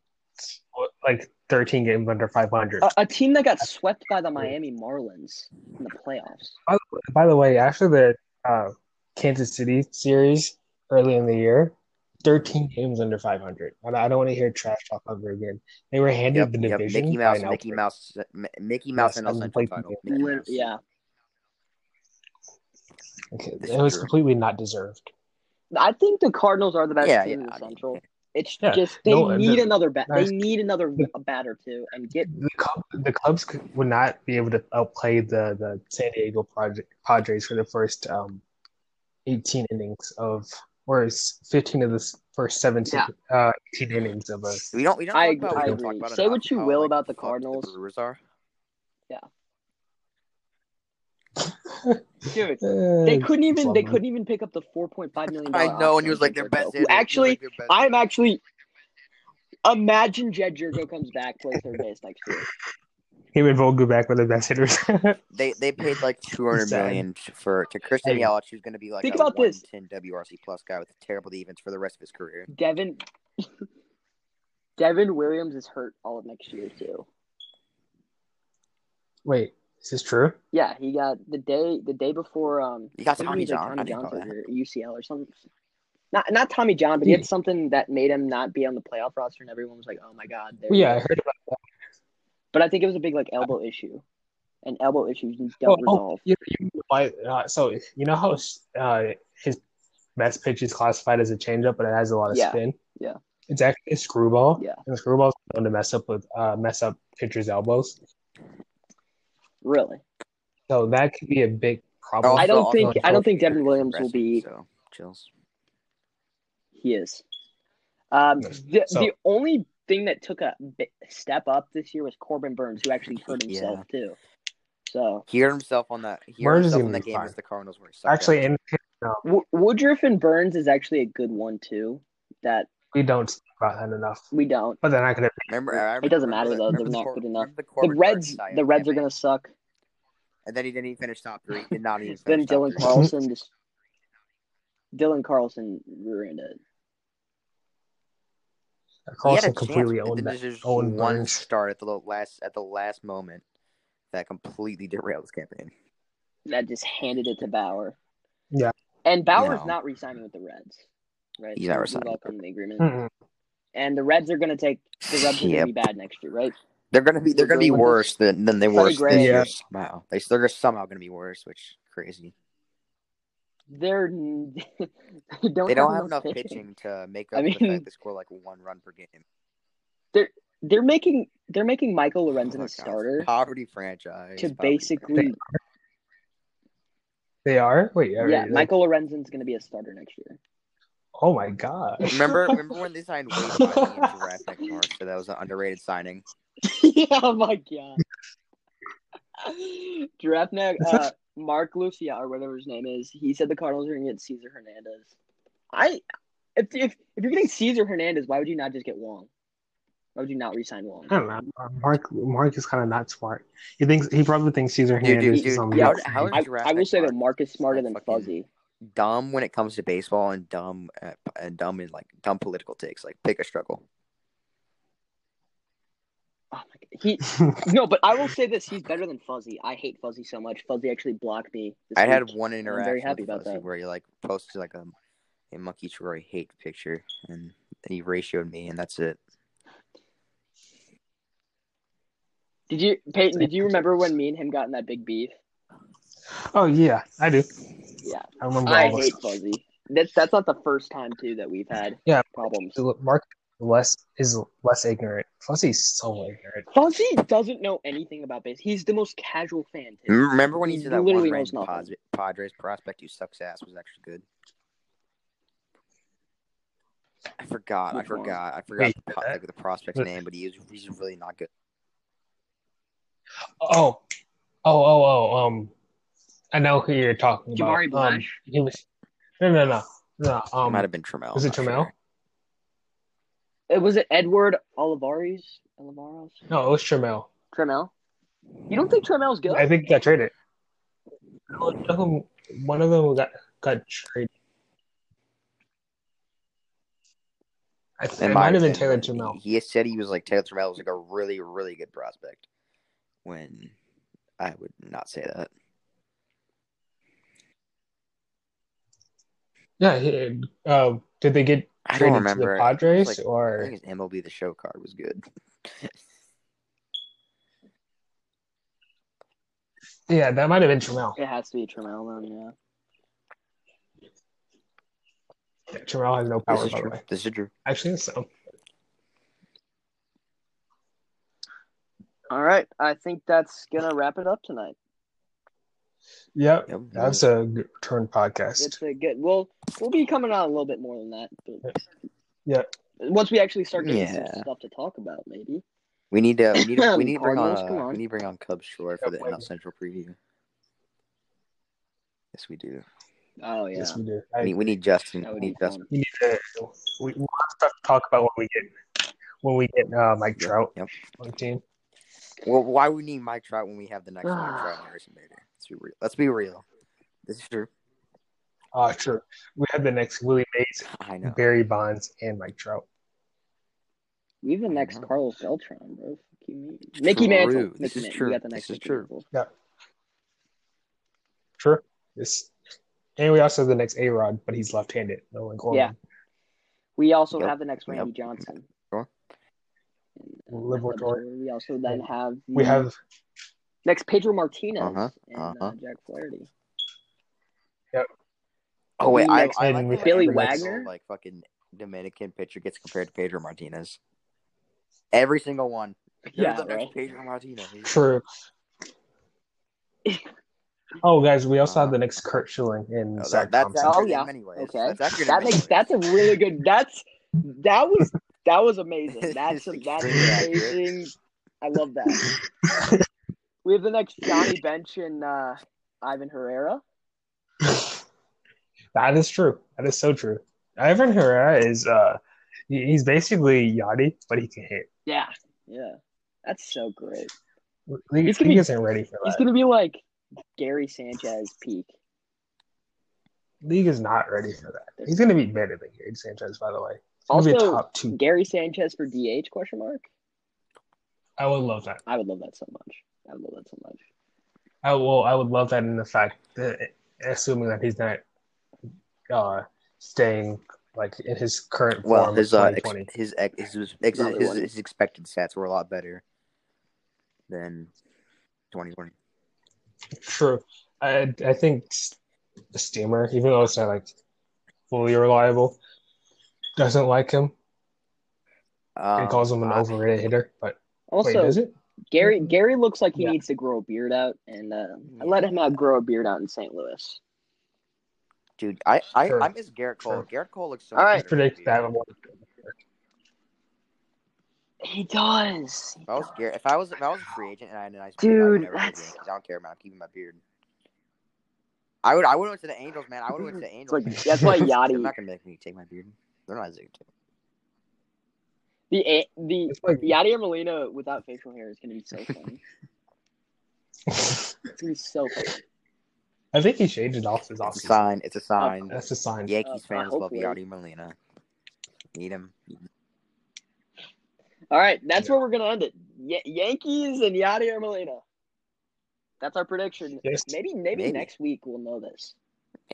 [SPEAKER 2] like thirteen games under five hundred.
[SPEAKER 1] A, a team that got swept by the Miami Marlins in the playoffs.
[SPEAKER 2] By the way- By the way, after the uh, Kansas City series early in the year, 13 games under 500. I don't, I don't want to hear trash talk ever again. They were handed
[SPEAKER 3] Yep,
[SPEAKER 2] the
[SPEAKER 3] yep,
[SPEAKER 2] division.
[SPEAKER 3] Mickey
[SPEAKER 2] by
[SPEAKER 3] Mouse,
[SPEAKER 2] an
[SPEAKER 3] Mickey
[SPEAKER 2] outbreak.
[SPEAKER 3] Mouse, M- Mickey Mouse,
[SPEAKER 2] Yes,
[SPEAKER 3] and El
[SPEAKER 2] and
[SPEAKER 3] Central
[SPEAKER 2] Blake
[SPEAKER 3] title. Mickey
[SPEAKER 1] Lit-
[SPEAKER 3] Mouse.
[SPEAKER 1] Yeah,
[SPEAKER 2] Okay,
[SPEAKER 3] This
[SPEAKER 2] It
[SPEAKER 3] is
[SPEAKER 2] was
[SPEAKER 3] true.
[SPEAKER 2] completely not deserved.
[SPEAKER 1] I think the Cardinals are the best
[SPEAKER 3] Yeah,
[SPEAKER 1] team in
[SPEAKER 3] yeah,
[SPEAKER 1] the
[SPEAKER 3] I mean,
[SPEAKER 1] Central.
[SPEAKER 3] yeah.
[SPEAKER 1] It's
[SPEAKER 2] Yeah,
[SPEAKER 1] just they
[SPEAKER 2] no,
[SPEAKER 1] need
[SPEAKER 2] the-
[SPEAKER 1] another bat. They
[SPEAKER 2] nice.
[SPEAKER 1] need another bat or two, and get
[SPEAKER 2] The, Cub, the Cubs could, would not be able to outplay the, the San Diego Project, Padres for the first um, 18 innings of, or it's 15 of the s- first 17, uh, 18 innings of a.
[SPEAKER 3] We don't. We don't.
[SPEAKER 1] I
[SPEAKER 3] talk
[SPEAKER 1] ag-
[SPEAKER 2] I
[SPEAKER 3] about, we don't
[SPEAKER 1] agree.
[SPEAKER 3] Talk about
[SPEAKER 1] Say
[SPEAKER 3] enough
[SPEAKER 1] what you
[SPEAKER 3] how,
[SPEAKER 1] will
[SPEAKER 3] like,
[SPEAKER 1] about the
[SPEAKER 3] fucked
[SPEAKER 1] Cardinals.
[SPEAKER 3] The Brewers are.
[SPEAKER 1] dude.
[SPEAKER 2] Eh,
[SPEAKER 1] They couldn't even. They
[SPEAKER 2] lovely.
[SPEAKER 1] couldn't even pick up the four point five million.
[SPEAKER 3] I know, and he was like their
[SPEAKER 1] their
[SPEAKER 3] best. hitter. He was,
[SPEAKER 1] Actually,
[SPEAKER 3] like, their best
[SPEAKER 1] I'm actually. Imagine Jed Jergo comes back, plays third base next year.
[SPEAKER 2] Him and Vogel back were the best hitters. <laughs>
[SPEAKER 3] They they paid like two hundred
[SPEAKER 2] Sad.
[SPEAKER 3] million for to Christian
[SPEAKER 2] Hey.
[SPEAKER 3] Yelich, who's going to be like
[SPEAKER 1] Think
[SPEAKER 3] a
[SPEAKER 1] about this.
[SPEAKER 3] 110 WRC plus guy with terrible defense for the rest of his career.
[SPEAKER 1] Devin. <laughs> Devin Williams is hurt all of next year too.
[SPEAKER 2] Wait, is this true?
[SPEAKER 1] Yeah, he got the day the day before. Um,
[SPEAKER 3] You
[SPEAKER 1] what
[SPEAKER 3] got
[SPEAKER 1] did
[SPEAKER 3] Tommy
[SPEAKER 1] he get?
[SPEAKER 3] John. I
[SPEAKER 1] Tommy
[SPEAKER 3] didn't
[SPEAKER 1] John
[SPEAKER 3] know that.
[SPEAKER 1] surgery, or UCL or something. Not not Tommy John, but he had something that made him not be on the playoff roster, and everyone was like, "Oh my god!" there he
[SPEAKER 2] Yeah, I
[SPEAKER 1] is."
[SPEAKER 2] heard about that.
[SPEAKER 1] but I think it was a big like elbow issue, and elbow issues you don't
[SPEAKER 2] Oh, oh,
[SPEAKER 1] resolve.
[SPEAKER 2] you- you know why- uh, so you know how uh, his best pitch is classified as a changeup, but it has a lot of
[SPEAKER 1] Yeah,
[SPEAKER 2] spin.
[SPEAKER 1] yeah.
[SPEAKER 2] it's actually a screwball.
[SPEAKER 1] Yeah.
[SPEAKER 2] and screwballs known to mess up with uh, mess up pitchers' elbows.
[SPEAKER 1] Really.
[SPEAKER 2] So that could be a big problem.
[SPEAKER 3] Also-
[SPEAKER 1] I don't
[SPEAKER 3] also
[SPEAKER 1] think- I don't think Devin
[SPEAKER 3] he's
[SPEAKER 1] Williams will
[SPEAKER 3] progressing,
[SPEAKER 1] be-
[SPEAKER 3] So chills.
[SPEAKER 1] He is. Um,
[SPEAKER 2] Yes.
[SPEAKER 1] the,
[SPEAKER 2] So-
[SPEAKER 1] the only thing that took a bi- step up this year was Corbin Burns, who actually hurt
[SPEAKER 3] Yeah.
[SPEAKER 1] himself too. So
[SPEAKER 3] He hurt himself on that. He hurt
[SPEAKER 2] Where's he
[SPEAKER 3] himself in
[SPEAKER 2] gonna
[SPEAKER 3] that
[SPEAKER 2] be
[SPEAKER 3] game
[SPEAKER 2] fine?
[SPEAKER 3] as the Cardinals were sucked
[SPEAKER 2] actually,
[SPEAKER 3] up.
[SPEAKER 2] and
[SPEAKER 1] w- Woodruff and Burns is actually a good one too. That
[SPEAKER 2] we don't speak about that enough.
[SPEAKER 1] we don't.
[SPEAKER 2] But they're not going to.
[SPEAKER 3] remember, I remember-
[SPEAKER 1] It doesn't matter,
[SPEAKER 3] remember
[SPEAKER 1] though.
[SPEAKER 3] the-
[SPEAKER 1] They're not
[SPEAKER 3] remember
[SPEAKER 1] good
[SPEAKER 3] the-
[SPEAKER 1] enough.
[SPEAKER 3] remember Corbin
[SPEAKER 1] the
[SPEAKER 3] Burns
[SPEAKER 1] Reds,
[SPEAKER 3] Cy Young
[SPEAKER 1] the Reds are
[SPEAKER 3] campaign?
[SPEAKER 1] gonna suck.
[SPEAKER 3] And then he didn't even finish top three. Did not even.
[SPEAKER 1] Then
[SPEAKER 3] Finish top
[SPEAKER 1] Dylan
[SPEAKER 3] three.
[SPEAKER 1] Carlson just. Dylan Carlson ruined it.
[SPEAKER 3] He had a
[SPEAKER 2] Carlson completely
[SPEAKER 3] chance, but
[SPEAKER 2] owned
[SPEAKER 3] then
[SPEAKER 2] that.
[SPEAKER 3] there's just
[SPEAKER 2] Owned
[SPEAKER 3] one
[SPEAKER 2] Burns.
[SPEAKER 3] start at the lo- last at the last moment that completely derailed his campaign.
[SPEAKER 1] That just handed it to Bauer.
[SPEAKER 2] Yeah.
[SPEAKER 1] And Bauer's
[SPEAKER 3] No.
[SPEAKER 1] not re-signing with the Reds. Right.
[SPEAKER 3] He's not
[SPEAKER 1] He- he
[SPEAKER 3] re-signing.
[SPEAKER 1] left in the agreement.
[SPEAKER 2] Mm-mm.
[SPEAKER 1] And the Reds are gonna take the Reds are gonna
[SPEAKER 3] Yep.
[SPEAKER 1] be bad next year, right?
[SPEAKER 3] They're gonna be they're gonna be
[SPEAKER 1] With the-
[SPEAKER 3] worse than, than they
[SPEAKER 1] Sonny
[SPEAKER 3] were this
[SPEAKER 1] Gray.
[SPEAKER 2] Yeah.
[SPEAKER 3] year. Somehow they they're somehow gonna be worse, which is crazy.
[SPEAKER 1] They're n- <laughs> they don't,
[SPEAKER 3] they don't
[SPEAKER 1] have,
[SPEAKER 3] enough pitching to make
[SPEAKER 1] I
[SPEAKER 3] up for the
[SPEAKER 1] mean-
[SPEAKER 3] fact they score like one run per game.
[SPEAKER 1] They're making they're making Michael Lorenzen a
[SPEAKER 3] Oh, God.
[SPEAKER 1] starter
[SPEAKER 3] Poverty franchise
[SPEAKER 1] to
[SPEAKER 3] poverty
[SPEAKER 1] basically
[SPEAKER 2] They are. Wait.
[SPEAKER 1] yeah,
[SPEAKER 2] Yeah. Michael.
[SPEAKER 1] Michael Lorenzen's gonna be a starter next year.
[SPEAKER 2] Oh my god.
[SPEAKER 1] <laughs>
[SPEAKER 3] franchise. Remember, remember when they signed Wade Miley and Giraffe McMorris? So that was an underrated signing.
[SPEAKER 1] yeah, <laughs> oh my god. Draft neck, uh, Mark Lucia or whatever his name is. He said the Cardinals are going to get Cesar Hernandez. I if if if you're getting Cesar Hernandez, why would you not just get Wong? Why would you not resign Wong?
[SPEAKER 2] I don't know. Uh, Mark Mark is kind of not smart. He thinks he probably thinks Caesar
[SPEAKER 3] Dude,
[SPEAKER 2] Hernandez
[SPEAKER 3] dude,
[SPEAKER 2] is
[SPEAKER 3] dude.
[SPEAKER 2] on
[SPEAKER 1] Yeah,
[SPEAKER 2] the
[SPEAKER 3] how- how-
[SPEAKER 1] I,
[SPEAKER 3] Giraffe
[SPEAKER 1] I will say that
[SPEAKER 3] McMorris
[SPEAKER 1] Mark is smarter
[SPEAKER 3] is
[SPEAKER 1] than
[SPEAKER 3] fucking-
[SPEAKER 1] Fuzzy.
[SPEAKER 3] Dumb when it comes to baseball and dumb uh, and dumb in like dumb political takes. Like pick a struggle.
[SPEAKER 1] Oh my god. He
[SPEAKER 2] <laughs>
[SPEAKER 1] no, but I will say this: he's better than Fuzzy. I hate Fuzzy so much. Fuzzy actually blocked me. This
[SPEAKER 3] I had
[SPEAKER 1] week.
[SPEAKER 3] one
[SPEAKER 1] very
[SPEAKER 3] interaction
[SPEAKER 1] happy
[SPEAKER 3] with
[SPEAKER 1] about
[SPEAKER 3] Fuzzy
[SPEAKER 1] that.
[SPEAKER 3] where he like posted like a, a monkey Troy hate picture and he ratioed me and that's it.
[SPEAKER 1] Did you Peyton? Did you remember when me and him got in that big beef?
[SPEAKER 2] Oh yeah, I do.
[SPEAKER 1] Yeah.
[SPEAKER 2] I remember
[SPEAKER 1] I
[SPEAKER 2] all this.
[SPEAKER 1] hate Fuzzy. That's that's not the first time too that we've had
[SPEAKER 2] Yeah.
[SPEAKER 1] problems.
[SPEAKER 2] Mark less is less ignorant. Fuzzy's so ignorant.
[SPEAKER 1] Fuzzy doesn't know anything about base. He's the most casual fan. Too.
[SPEAKER 3] Remember when he said that
[SPEAKER 1] Literally
[SPEAKER 3] one ranked
[SPEAKER 1] knows
[SPEAKER 3] Pos-
[SPEAKER 1] nothing.
[SPEAKER 3] Padres prospect who sucks ass was actually good? I forgot. I
[SPEAKER 1] Which one?
[SPEAKER 3] forgot. I forgot
[SPEAKER 2] Wait, uh,
[SPEAKER 3] the, po-
[SPEAKER 2] that-
[SPEAKER 3] like, the prospect's
[SPEAKER 2] Look.
[SPEAKER 3] name, but he was he's really not good.
[SPEAKER 2] Oh, oh, oh, oh. Um, I know who you're talking about.
[SPEAKER 1] Jamari
[SPEAKER 2] Um,
[SPEAKER 1] Blash.
[SPEAKER 2] he was no, no, no, no.
[SPEAKER 3] It might
[SPEAKER 2] Um,
[SPEAKER 3] have been Trammell.
[SPEAKER 2] was
[SPEAKER 3] I'm
[SPEAKER 2] it
[SPEAKER 3] not
[SPEAKER 2] Trammell?
[SPEAKER 1] Uh, was it Edward Olivares? Olivares?
[SPEAKER 2] no, it was Trammell.
[SPEAKER 1] Tremel? You don't think Tremel's good?
[SPEAKER 2] I think he got traded. One of them, one of them got got traded. I
[SPEAKER 3] sure.
[SPEAKER 2] think
[SPEAKER 3] In
[SPEAKER 2] it
[SPEAKER 3] my
[SPEAKER 2] might have been Taylor
[SPEAKER 3] opinion,
[SPEAKER 2] Trammell.
[SPEAKER 3] He, he said he was like Taylor Trammell was like a really really good prospect. When I would not say that.
[SPEAKER 2] Yeah. He, um, did they get
[SPEAKER 3] I don't
[SPEAKER 2] traded to
[SPEAKER 3] remember.
[SPEAKER 2] the
[SPEAKER 3] It was,
[SPEAKER 2] Padres
[SPEAKER 3] like- I
[SPEAKER 2] or
[SPEAKER 3] think his MLB the Show card was good.
[SPEAKER 2] yeah, that might have been Trammell.
[SPEAKER 1] It has to be Tremel then, yeah.
[SPEAKER 2] Yeah, Trammell has no
[SPEAKER 3] This
[SPEAKER 2] power,
[SPEAKER 3] is
[SPEAKER 2] by the
[SPEAKER 3] true.
[SPEAKER 2] way.
[SPEAKER 3] This is true.
[SPEAKER 2] Actually, so
[SPEAKER 1] All right. I think that's gonna wrap it up tonight.
[SPEAKER 2] yep,
[SPEAKER 3] Yep.
[SPEAKER 2] that's a good return
[SPEAKER 1] It's
[SPEAKER 2] podcast.
[SPEAKER 1] a good we'll we'll be coming out a little bit more than that, but
[SPEAKER 2] Yeah.
[SPEAKER 1] once we actually start getting some
[SPEAKER 3] Yeah.
[SPEAKER 1] stuff to talk about, maybe.
[SPEAKER 3] We need to. We need. To, we need to bring on,
[SPEAKER 1] Cardinals, come
[SPEAKER 3] uh,
[SPEAKER 1] on.
[SPEAKER 3] We need to bring on Cub Shore for the
[SPEAKER 2] Yeah,
[SPEAKER 3] NL Central preview. Yes, we do.
[SPEAKER 1] Oh yeah.
[SPEAKER 2] Yes, we do. I,
[SPEAKER 3] We, we need Justin.
[SPEAKER 1] That
[SPEAKER 3] We
[SPEAKER 1] would be
[SPEAKER 3] need Justin.
[SPEAKER 1] fun.
[SPEAKER 2] we need to. We, we'll have stuff to talk about when we get when we get uh, Mike
[SPEAKER 3] Yep,
[SPEAKER 2] Trout
[SPEAKER 3] yep.
[SPEAKER 2] on the team.
[SPEAKER 3] Well, why we need Mike Trout when we have
[SPEAKER 1] <sighs>
[SPEAKER 3] the next one Mike Trout and Harrison Bader? Let's be real. Let's be real. This is true.
[SPEAKER 2] Uh, true. We have the next Willie Mays,
[SPEAKER 3] I know.
[SPEAKER 2] Barry Bonds, and Mike Trout.
[SPEAKER 1] We have the next
[SPEAKER 3] Mhm.
[SPEAKER 1] Carlos Beltran, bro. Fuck you, man. Mickey Mantle.
[SPEAKER 3] True. This
[SPEAKER 1] Mickey
[SPEAKER 3] is
[SPEAKER 1] Mantle.
[SPEAKER 3] true.
[SPEAKER 1] We got the
[SPEAKER 3] This
[SPEAKER 1] next
[SPEAKER 3] is
[SPEAKER 1] Mickey
[SPEAKER 3] true.
[SPEAKER 1] Mantle.
[SPEAKER 2] True. This, and we also have the next A Rod, but he's left-handed. No one called
[SPEAKER 1] Yeah.
[SPEAKER 2] him.
[SPEAKER 1] We also
[SPEAKER 3] Yep.
[SPEAKER 1] have the next Randy
[SPEAKER 3] Yep.
[SPEAKER 1] Johnson.
[SPEAKER 3] Sure.
[SPEAKER 1] And, uh,
[SPEAKER 2] Liberatore.
[SPEAKER 1] We also then have the
[SPEAKER 2] We have
[SPEAKER 1] next Pedro Martinez
[SPEAKER 3] Uh-huh,
[SPEAKER 1] and
[SPEAKER 3] uh-huh.
[SPEAKER 1] Uh, Jack Flaherty.
[SPEAKER 3] Oh wait, I,
[SPEAKER 1] Next
[SPEAKER 3] I
[SPEAKER 2] one,
[SPEAKER 3] like
[SPEAKER 2] we
[SPEAKER 3] the way
[SPEAKER 1] Billy
[SPEAKER 3] every
[SPEAKER 1] Wagner?
[SPEAKER 3] single, like fucking Dominican pitcher gets compared to Pedro Martinez. Every single one. They're
[SPEAKER 1] Yeah,
[SPEAKER 3] the next
[SPEAKER 1] right.
[SPEAKER 3] Pedro Martinez.
[SPEAKER 2] true. Oh, guys, we also have the next Kurt Schilling and
[SPEAKER 3] No, that-
[SPEAKER 2] Zach
[SPEAKER 3] that's
[SPEAKER 2] Thompson.
[SPEAKER 1] Oh,
[SPEAKER 3] accurate
[SPEAKER 1] yeah.
[SPEAKER 3] in many ways.
[SPEAKER 1] Okay.
[SPEAKER 3] That's accurate in
[SPEAKER 1] That
[SPEAKER 3] many
[SPEAKER 1] makes
[SPEAKER 3] ways.
[SPEAKER 1] that's a really good that's that was that was amazing. That's
[SPEAKER 3] It's
[SPEAKER 1] that's
[SPEAKER 3] extremely accurate.
[SPEAKER 1] amazing. I love that. we have the next Johnny Bench and uh, Ivan Herrera.
[SPEAKER 2] That is true. That is so true. Ivan Herrera is uh, he- he's basically Yachty, but he can hit.
[SPEAKER 1] Yeah. Yeah. That's so great.
[SPEAKER 2] He,
[SPEAKER 1] He's gonna
[SPEAKER 2] he
[SPEAKER 1] be-
[SPEAKER 2] isn't ready for
[SPEAKER 1] He's
[SPEAKER 2] that.
[SPEAKER 1] gonna be like Gary Sanchez peak.
[SPEAKER 2] League is not ready for that. He's going to be better than Gary Sanchez, by the way. He's going to be a
[SPEAKER 1] Also,
[SPEAKER 2] top two.
[SPEAKER 1] Gary Sanchez for DH question mark.
[SPEAKER 2] I would love that.
[SPEAKER 1] I would love that so much. I would love that so much.
[SPEAKER 2] I will. I would love that in the fact that, assuming that he's not uh, staying like in his current form.
[SPEAKER 3] Well, his
[SPEAKER 2] of
[SPEAKER 3] uh,
[SPEAKER 2] 2020.
[SPEAKER 3] ex- his ex- his his, ex-
[SPEAKER 1] Another
[SPEAKER 3] his
[SPEAKER 1] one.
[SPEAKER 3] his expected stats were a lot better than 2020.
[SPEAKER 2] True. I I think the steamer, even though it's not like fully reliable, doesn't like him
[SPEAKER 3] Um, uh,
[SPEAKER 2] and calls him an
[SPEAKER 3] I-
[SPEAKER 2] overrated hitter. But wait,
[SPEAKER 1] Also,
[SPEAKER 2] does it?
[SPEAKER 1] Gary Gary looks like he
[SPEAKER 2] Yeah.
[SPEAKER 1] needs to grow a beard out, and uh, I let him out grow a beard out in St. Louis.
[SPEAKER 3] dude, I I,
[SPEAKER 2] Sure.
[SPEAKER 3] I miss Garrett Cole.
[SPEAKER 2] Sure.
[SPEAKER 3] Garrett Cole looks so.
[SPEAKER 1] All right.
[SPEAKER 2] Let's predict that. one.
[SPEAKER 1] He does.
[SPEAKER 3] If I was Garrett, if I was if I was a free agent and I had a nice
[SPEAKER 1] Dude,
[SPEAKER 3] beard, I would never go to the
[SPEAKER 1] that's-
[SPEAKER 3] Yankees. I don't care, man. I'm keeping my beard. I would I would went to the Angels, man. I would went to the
[SPEAKER 1] It's
[SPEAKER 3] Angels.
[SPEAKER 1] like that's
[SPEAKER 3] <laughs>
[SPEAKER 1] why
[SPEAKER 3] They're
[SPEAKER 1] Yachty
[SPEAKER 3] not gonna make me take my beard. They're not going to.
[SPEAKER 1] the A- the
[SPEAKER 2] It's like
[SPEAKER 1] Yadier Molina without facial hair is gonna be
[SPEAKER 3] <laughs>
[SPEAKER 1] so funny. It's gonna be so funny.
[SPEAKER 2] <laughs> I think he shaved it off his
[SPEAKER 3] It's a
[SPEAKER 2] offseason.
[SPEAKER 3] sign. It's a sign.
[SPEAKER 2] That's a sign.
[SPEAKER 3] Yankees
[SPEAKER 1] Uh,
[SPEAKER 3] fans love
[SPEAKER 1] hopefully.
[SPEAKER 3] Yachty Molina. Need him.
[SPEAKER 1] All right, that's
[SPEAKER 2] Yeah.
[SPEAKER 1] where we're gonna end it. Y- Yankees and Yadier Molina. That's our prediction.
[SPEAKER 2] Yes.
[SPEAKER 1] Maybe, maybe
[SPEAKER 3] Maybe.
[SPEAKER 1] next week we'll know this,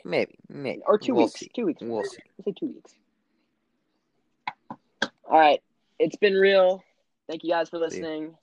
[SPEAKER 3] Maybe, maybe,
[SPEAKER 1] or 2
[SPEAKER 3] We'll
[SPEAKER 1] weeks.
[SPEAKER 3] see.
[SPEAKER 1] Two weeks.
[SPEAKER 3] We'll see.
[SPEAKER 1] Let's say two weeks. All right, it's been real. Thank you guys for
[SPEAKER 3] See ya.
[SPEAKER 1] listening.